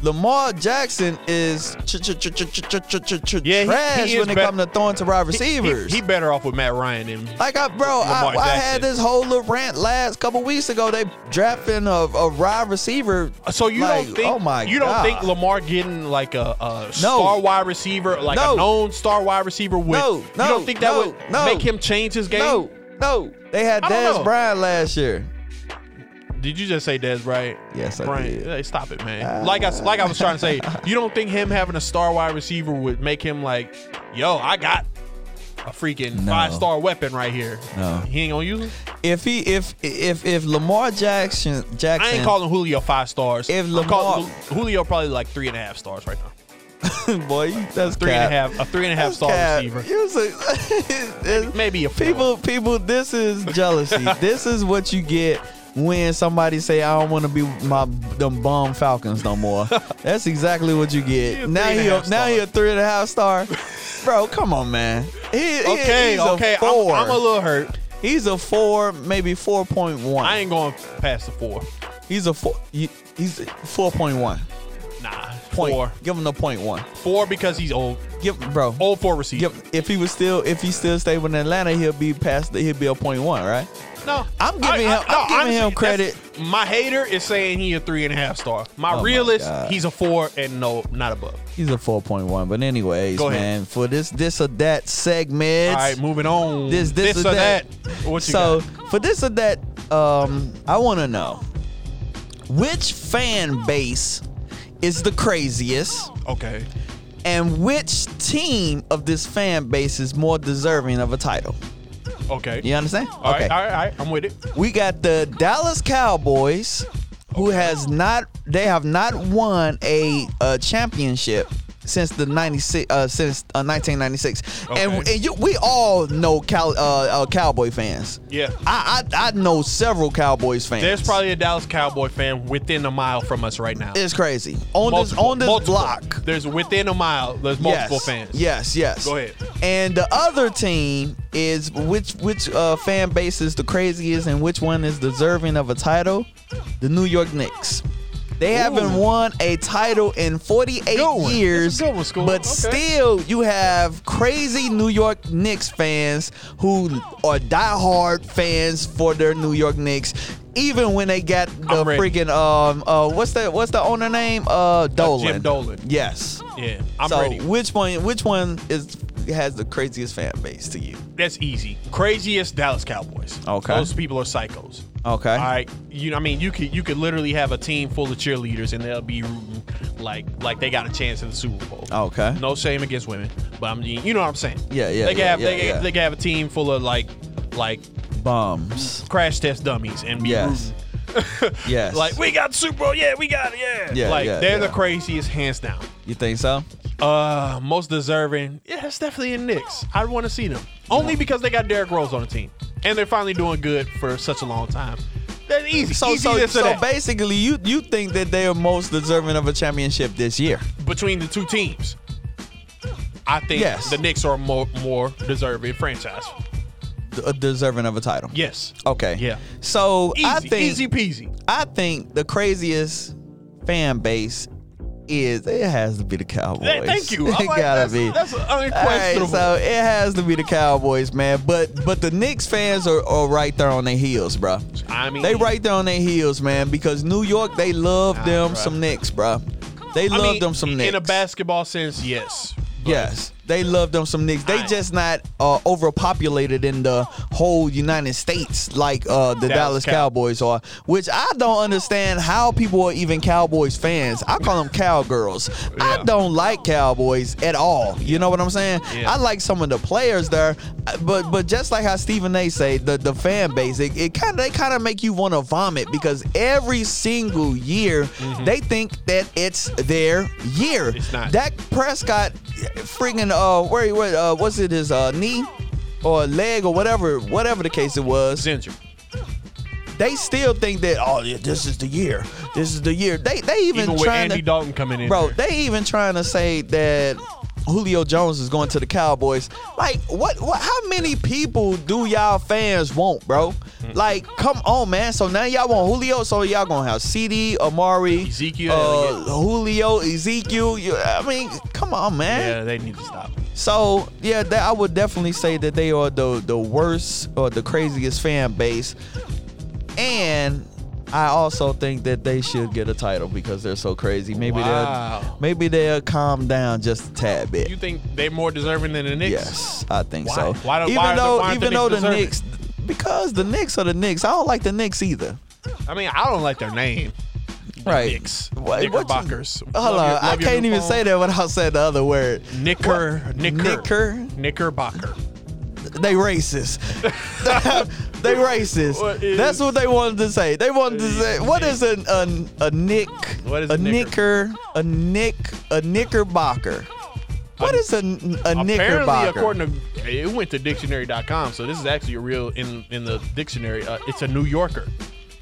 Lamar Jackson is ch- ch- ch- ch- ch- ch- ch- ch- Yeah, he- trash he is when it bet- comes to throwing to wide He- he- receivers. He, better off with Matt Ryan than Like I, bro, I, Lamar I Jackson. had this whole little rant last couple weeks ago. They drafting a, a wide receiver. So you Like, don't think oh my you don't God. think Lamar getting like a, a star wide receiver, like No. a known star wide receiver would No, you no, don't think that no, would no. make him change his game? No, no, they had I don't Dez know. Bryant last year. Did you just say Des Bryant? Yes, I Bryant. did. Ah. Hey, stop it, man. like I s- like I was trying to say, you don't think him having a star wide receiver would make him like, yo, I got a freaking No. five star weapon right here. No. He ain't gonna use it. If he, if if if Lamar Jackson Jackson, I ain't calling Julio five stars. If I'm Lamar- calling Ju- Julio probably like three and a half stars right now. boy, you- that's Three and a cap. half, a three and a half That's star cap. receiver. You was a- Maybe a four. people people this is jealousy this is what you get when somebody say i don't want to be my them bum falcons no more that's exactly what you He a get now three and a he a, half now star. he a three and a half star bro come on man He- he- Okay, he's a okay. I'm, 4 I'm a little hurt. he's a four maybe 4.1 I ain't going past the four. he's a four he- he's a 4.1 Nah, point four. Oh. give him the point one Four because he's old. give bro Old four receiver. give, if he was still if he still stayed with atlanta he'll be past the, he'll be a point one right No, I'm giving him- I'm giving him that's- My hater is saying he a three and a half star. My Oh my realist, God. he's a four and no, not above. He's a 4.1. But anyways, Go ahead. man, for this this or that segment. All right, moving on. This this, or, that. What you so got? for this or that, um, I want to know which fan base is the craziest, Okay. and which team of this fan base is more deserving of a title. Okay. You understand? All right, all right, all right. I'm with it. We got the Dallas Cowboys, who has not they have not won a, uh championship since the 96 uh, since uh, 1996. And, Okay. and you, we all know cow, uh, uh, Cowboy fans. Yeah. I, I I know several Cowboys fans. There's probably a Dallas Cowboy fan within a mile from us right now. it's crazy. On Multiple- this on this multiple. block. There's within a mile. There's multiple yes, fans. Yes, yes. Go ahead. And the other team is which which uh, fan base is the craziest and which one is deserving of a title? The New York Knicks. They haven't won a title in 48 Good one. years, That's a good one, School. but Okay. still you have crazy New York Knicks fans who are diehard fans for their New York Knicks, even when they got the I'm ready. freaking um uh what's the what's the owner name uh Dolan Dolan. yes Yeah. I'm so ready. which one? Which one is has the craziest fan base to you? That's easy. Craziest Dallas Cowboys. Okay. Those people are psychos. Okay. All right. You know, I mean, you could you could literally have a team full of cheerleaders and they'll be rooting like like they got a chance in the Super Bowl. Okay. No shame against women, but I'm you know what I'm saying. Yeah, yeah, They can yeah, have yeah, they, can- yeah. they can have a team full of like like Bums. crash test dummies and be Yes. rooting. Yes. like we got the Super Bowl. Yeah, we got it. Yeah. Yeah, like yeah, they're the yeah. craziest hands down. you think so? Uh, most deserving. Yeah, it's definitely in Knicks. I want to see them only because they got Derrick Rose on the team, and they're finally doing good for such a long time. That's easy. So easy so this or so that. basically, you you think that they are most deserving of a championship this year? between the two teams. I think Yes. the Knicks are a more more deserving franchise. D- uh, deserving of a title? Yes. Okay. Yeah. So Easy, I think easy peasy. I think the craziest fan base is it has to be the Cowboys. Th- Thank you. It I'm like, gotta that's, be. That's All right, unquestionable. so it has to be the Cowboys, man. But but the Knicks fans are, are right there on their heels, bro. I mean, They right there on their heels, man. Because New York, they love Nah, them bruh. some Knicks, bro. They I love mean, them some Knicks. in a basketball sense. Yes. But Yes, they love them some Knicks. They I- just not uh, overpopulated in the whole United States like uh, the Dallas Dallas, Cow- Cowboys are, which I don't understand how people are even Cowboys fans. I call them cowgirls. I Yeah. don't like Cowboys at all. You know what I'm saying? Yeah. I like some of the players there, but but just like how Stephen A. say, the the fan base, it, it kind of they kind of make you want to vomit because every single year Mm-hmm. they think that it's their year. It's not. Dak Prescott, freaking uh, where, where uh, was it his uh knee or leg or whatever, whatever the case it was. It's injured. They still think that oh yeah, this is the year, this is the year. They they even, Even with trying Andy to Dalton coming in, bro, there. they even trying to say that Julio Jones is going to the Cowboys. Like what? What? How many people do y'all fans want, bro? Hmm. Like, come on, man. So now y'all want Julio. So y'all gonna have CD, Amari, Ezekiel, uh, Julio, Ezekiel. You, I mean, come on, man. Yeah, they need to stop. So yeah, that, I would definitely say that they are the the worst or the craziest fan base, and I also think that they should get a title because they're so crazy. Maybe Wow. they'll maybe they'll calm down just a tad bit. You think they're more deserving than the Knicks? Yes, I think Why? so. Why do- even why are the- though why aren't the even though Knicks the deserving? Knicks, because the Knicks are the Knicks, I don't like the Knicks either. I mean, I don't like their name. The Right. Knicks. What- what you- Knickerbockers. Hold on, I can't even say that without saying the other word. Knicker, knicker, Knicker? knickerbocker. They racist. they racist. What is- That's what they wanted to say. They wanted to say what is an, an a nick? What is a a knicker? knicker? A nick? A knickerbocker? What is a a Apparently, knickerbocker? according to it went to dictionary.com, so this is actually a real in in the dictionary. Uh, it's a New Yorker.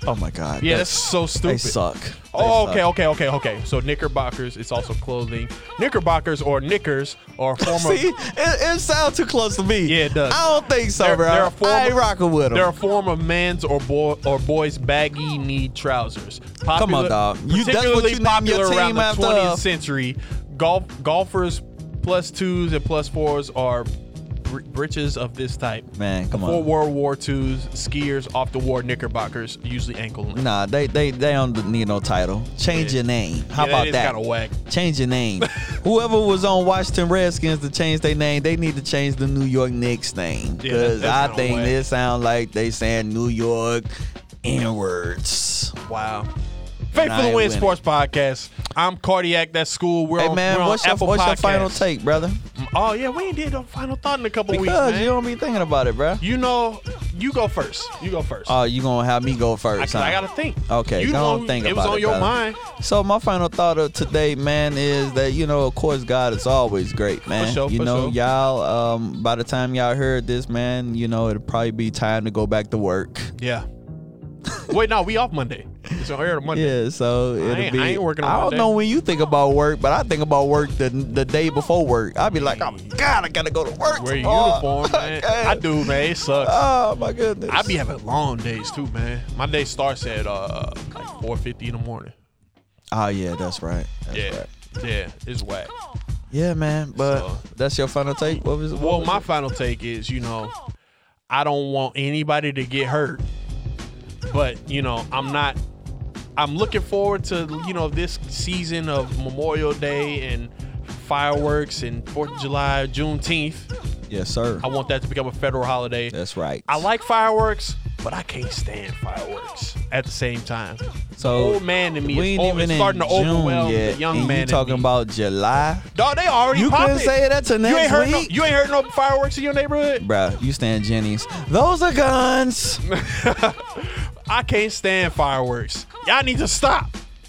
oh my god. Yeah, that's, that's- so stupid. They suck. They Oh, suck. okay, okay, okay, okay. So knickerbockers, it's also clothing. Knickerbockers or knickers or former. See, it, it sounds too close to me. Yeah, it does. I don't think so, They're- bro. they're a form I ain't of- rocking with them. They're a form of men's or boy or boys' baggy knee trousers. Popular, Come on, dog. You- that's what particularly you name your popular around team the after? 20th century. Golf golfers plus twos and plus fours are br- breeches of this type. Man, come Before on. World War II's, skiers often wore knickerbockers, usually ankle length. Nah, they they they don't need no title. Change Yeah. your name. How Yeah, about is that? kinda whack. Change your name. Whoever was on Washington Redskins to change their name, they need to change the New York Knicks Yeah, name that- because that's I kinda think whack. this sound like they saying New York inwards. Wow. Faith I for the ain't Win winning. Sports Podcast. I'm Cardiac. That's school. We're Hey on, man, we're on what's your, Apple what's your Podcasts. final take, brother? Oh yeah, we ain't did a final thought in a couple Because weeks, man. you don't be thinking about it, bro. You know, you go first. You go first. Oh, you gonna have me go first? I, 'cause huh? I gotta think. Okay, you don't know think it about was on it, your brother. mind. So my final thought of today, man, is that you know, of course, God is always great, man. sure, you for know, sure. y'all. Um, by the time y'all heard this, man, you know, it'll probably be time to go back to work. Yeah. Wait, no, we off Monday. It's on air on Monday. Yeah, so it'll ain't- be. I ain't working on I don't Monday. know when you think about work, but I think about work the the day before work. I'd be like, oh God, I gotta go to work. Wear your tomorrow." uniform, man. God. I do, man. It sucks. Oh my goodness. I be having long days too, man. My day starts at uh like 4:50 in the morning. Oh yeah, that's right. That's yeah, right. yeah, it's whack. Yeah, man. But So- that's your final take. What was? What Well, was my it? final take is, you know, I don't want anybody to get hurt, but you know, I'm not. I'm looking forward to you know this season of Memorial Day and fireworks and Fourth of July, Juneteenth. yes, sir. I want that to become a federal holiday. That's right. I like fireworks, but I can't stand fireworks at the same time. So Old man to me is we ain't over- even it's in starting to June overwhelm yet, the young and man You in talking me. about July, Dog, they already You popped couldn't it. say that till you next ain't heard No, week? you ain't heard no fireworks in your neighborhood. bruh? You stand Jenny's. Those are guns. I can't stand fireworks. Y'all need to stop.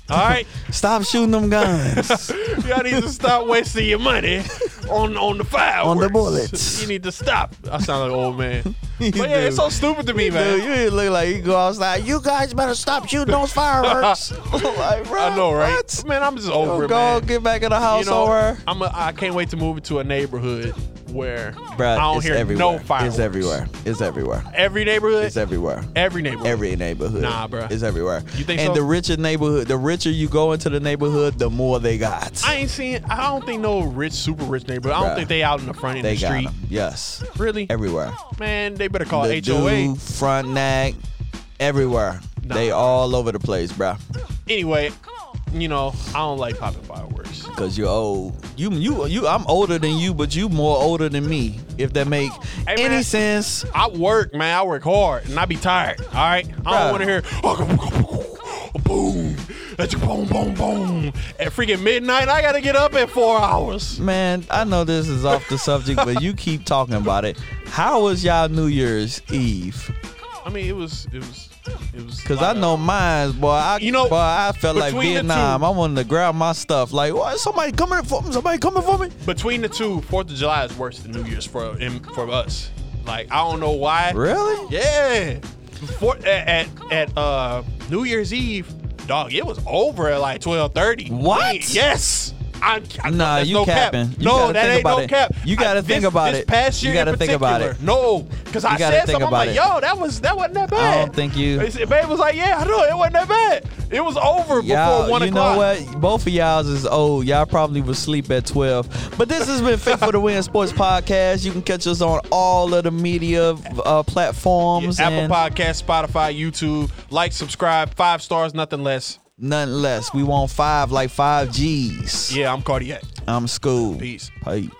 All right, Stop shooting them guns. y'all need to stop wasting your money on on the fireworks. On the bullets. You need to stop. I sound like an old man. but You yeah, do. it's so stupid to me, man. Dude, you ain't look like you go outside. You guys better stop shooting those fireworks. like, bruh, I know, right? what? Man, I'm just over Go it, man. get back in the house you know, or. I'm a, I can't wait to move into a neighborhood where Bruh, I don't it's hear everywhere. no fireworks. It's everywhere. It's everywhere. Every neighborhood. It's everywhere. every neighborhood. Every neighborhood. Nah, bruh. It's everywhere. You think and so? the richer neighborhood, the richer you go into the neighborhood, the more they got. I ain't seen. I don't think no rich, super rich neighborhood. I don't Bruh. think they out in the front in they the got street. Oh, 'em. Yes. Really, Everywhere. man, they better call the HOA. dude, front neck, everywhere. Nah. They all over the place, bruh. anyway, you know, I don't like popping fireworks. Cause you're old. You you you. I'm older than you, but you more older than me. If that make Hey, any man. sense. I work, man. I work hard, and I be tired. All right, I Bruh. don't want to hear "Oh, boom, that's your boom, boom, boom. At freaking midnight, I gotta get up at four hours. Man, I know this is off the subject, but you keep talking about it. How was y'all New Year's Eve? I mean, it was, it was, it was. Cause I know mine's, boy. I, You know, boy, I felt like between the Vietnam. two- I wanted to grab my stuff. Like, what? Somebody coming for me? Somebody coming for me? between the two, Fourth of July is worse than New Year's for in, for us. Like I don't know why. Really? Yeah. For, at, at at uh New Year's Eve, dog, it was over at like twelve thirty. What? yes. I, I, Nah, that's you no capping. Cap. You no, gotta that think ain't about no it. cap. You gotta I, think this, about this it. Past You year gotta in think about particular. it. No, because I gotta said something. think I'm about like, it. yo, that was that wasn't that I bad. don't think you- It's- Babe was like, yeah, I know it wasn't that bad. It was over before one you o'clock. know what? Both of y'all's is old. Y'all probably would sleep at 12. But this has been Fit for the Win Sports Podcast. You can catch us on all of the media uh, platforms. Apple and Podcast, Spotify, YouTube. Like, subscribe, five stars, nothing less. Nothing less. We want five, like five G's. Yeah, I'm Cardiac. I'm school. Peace. Peace.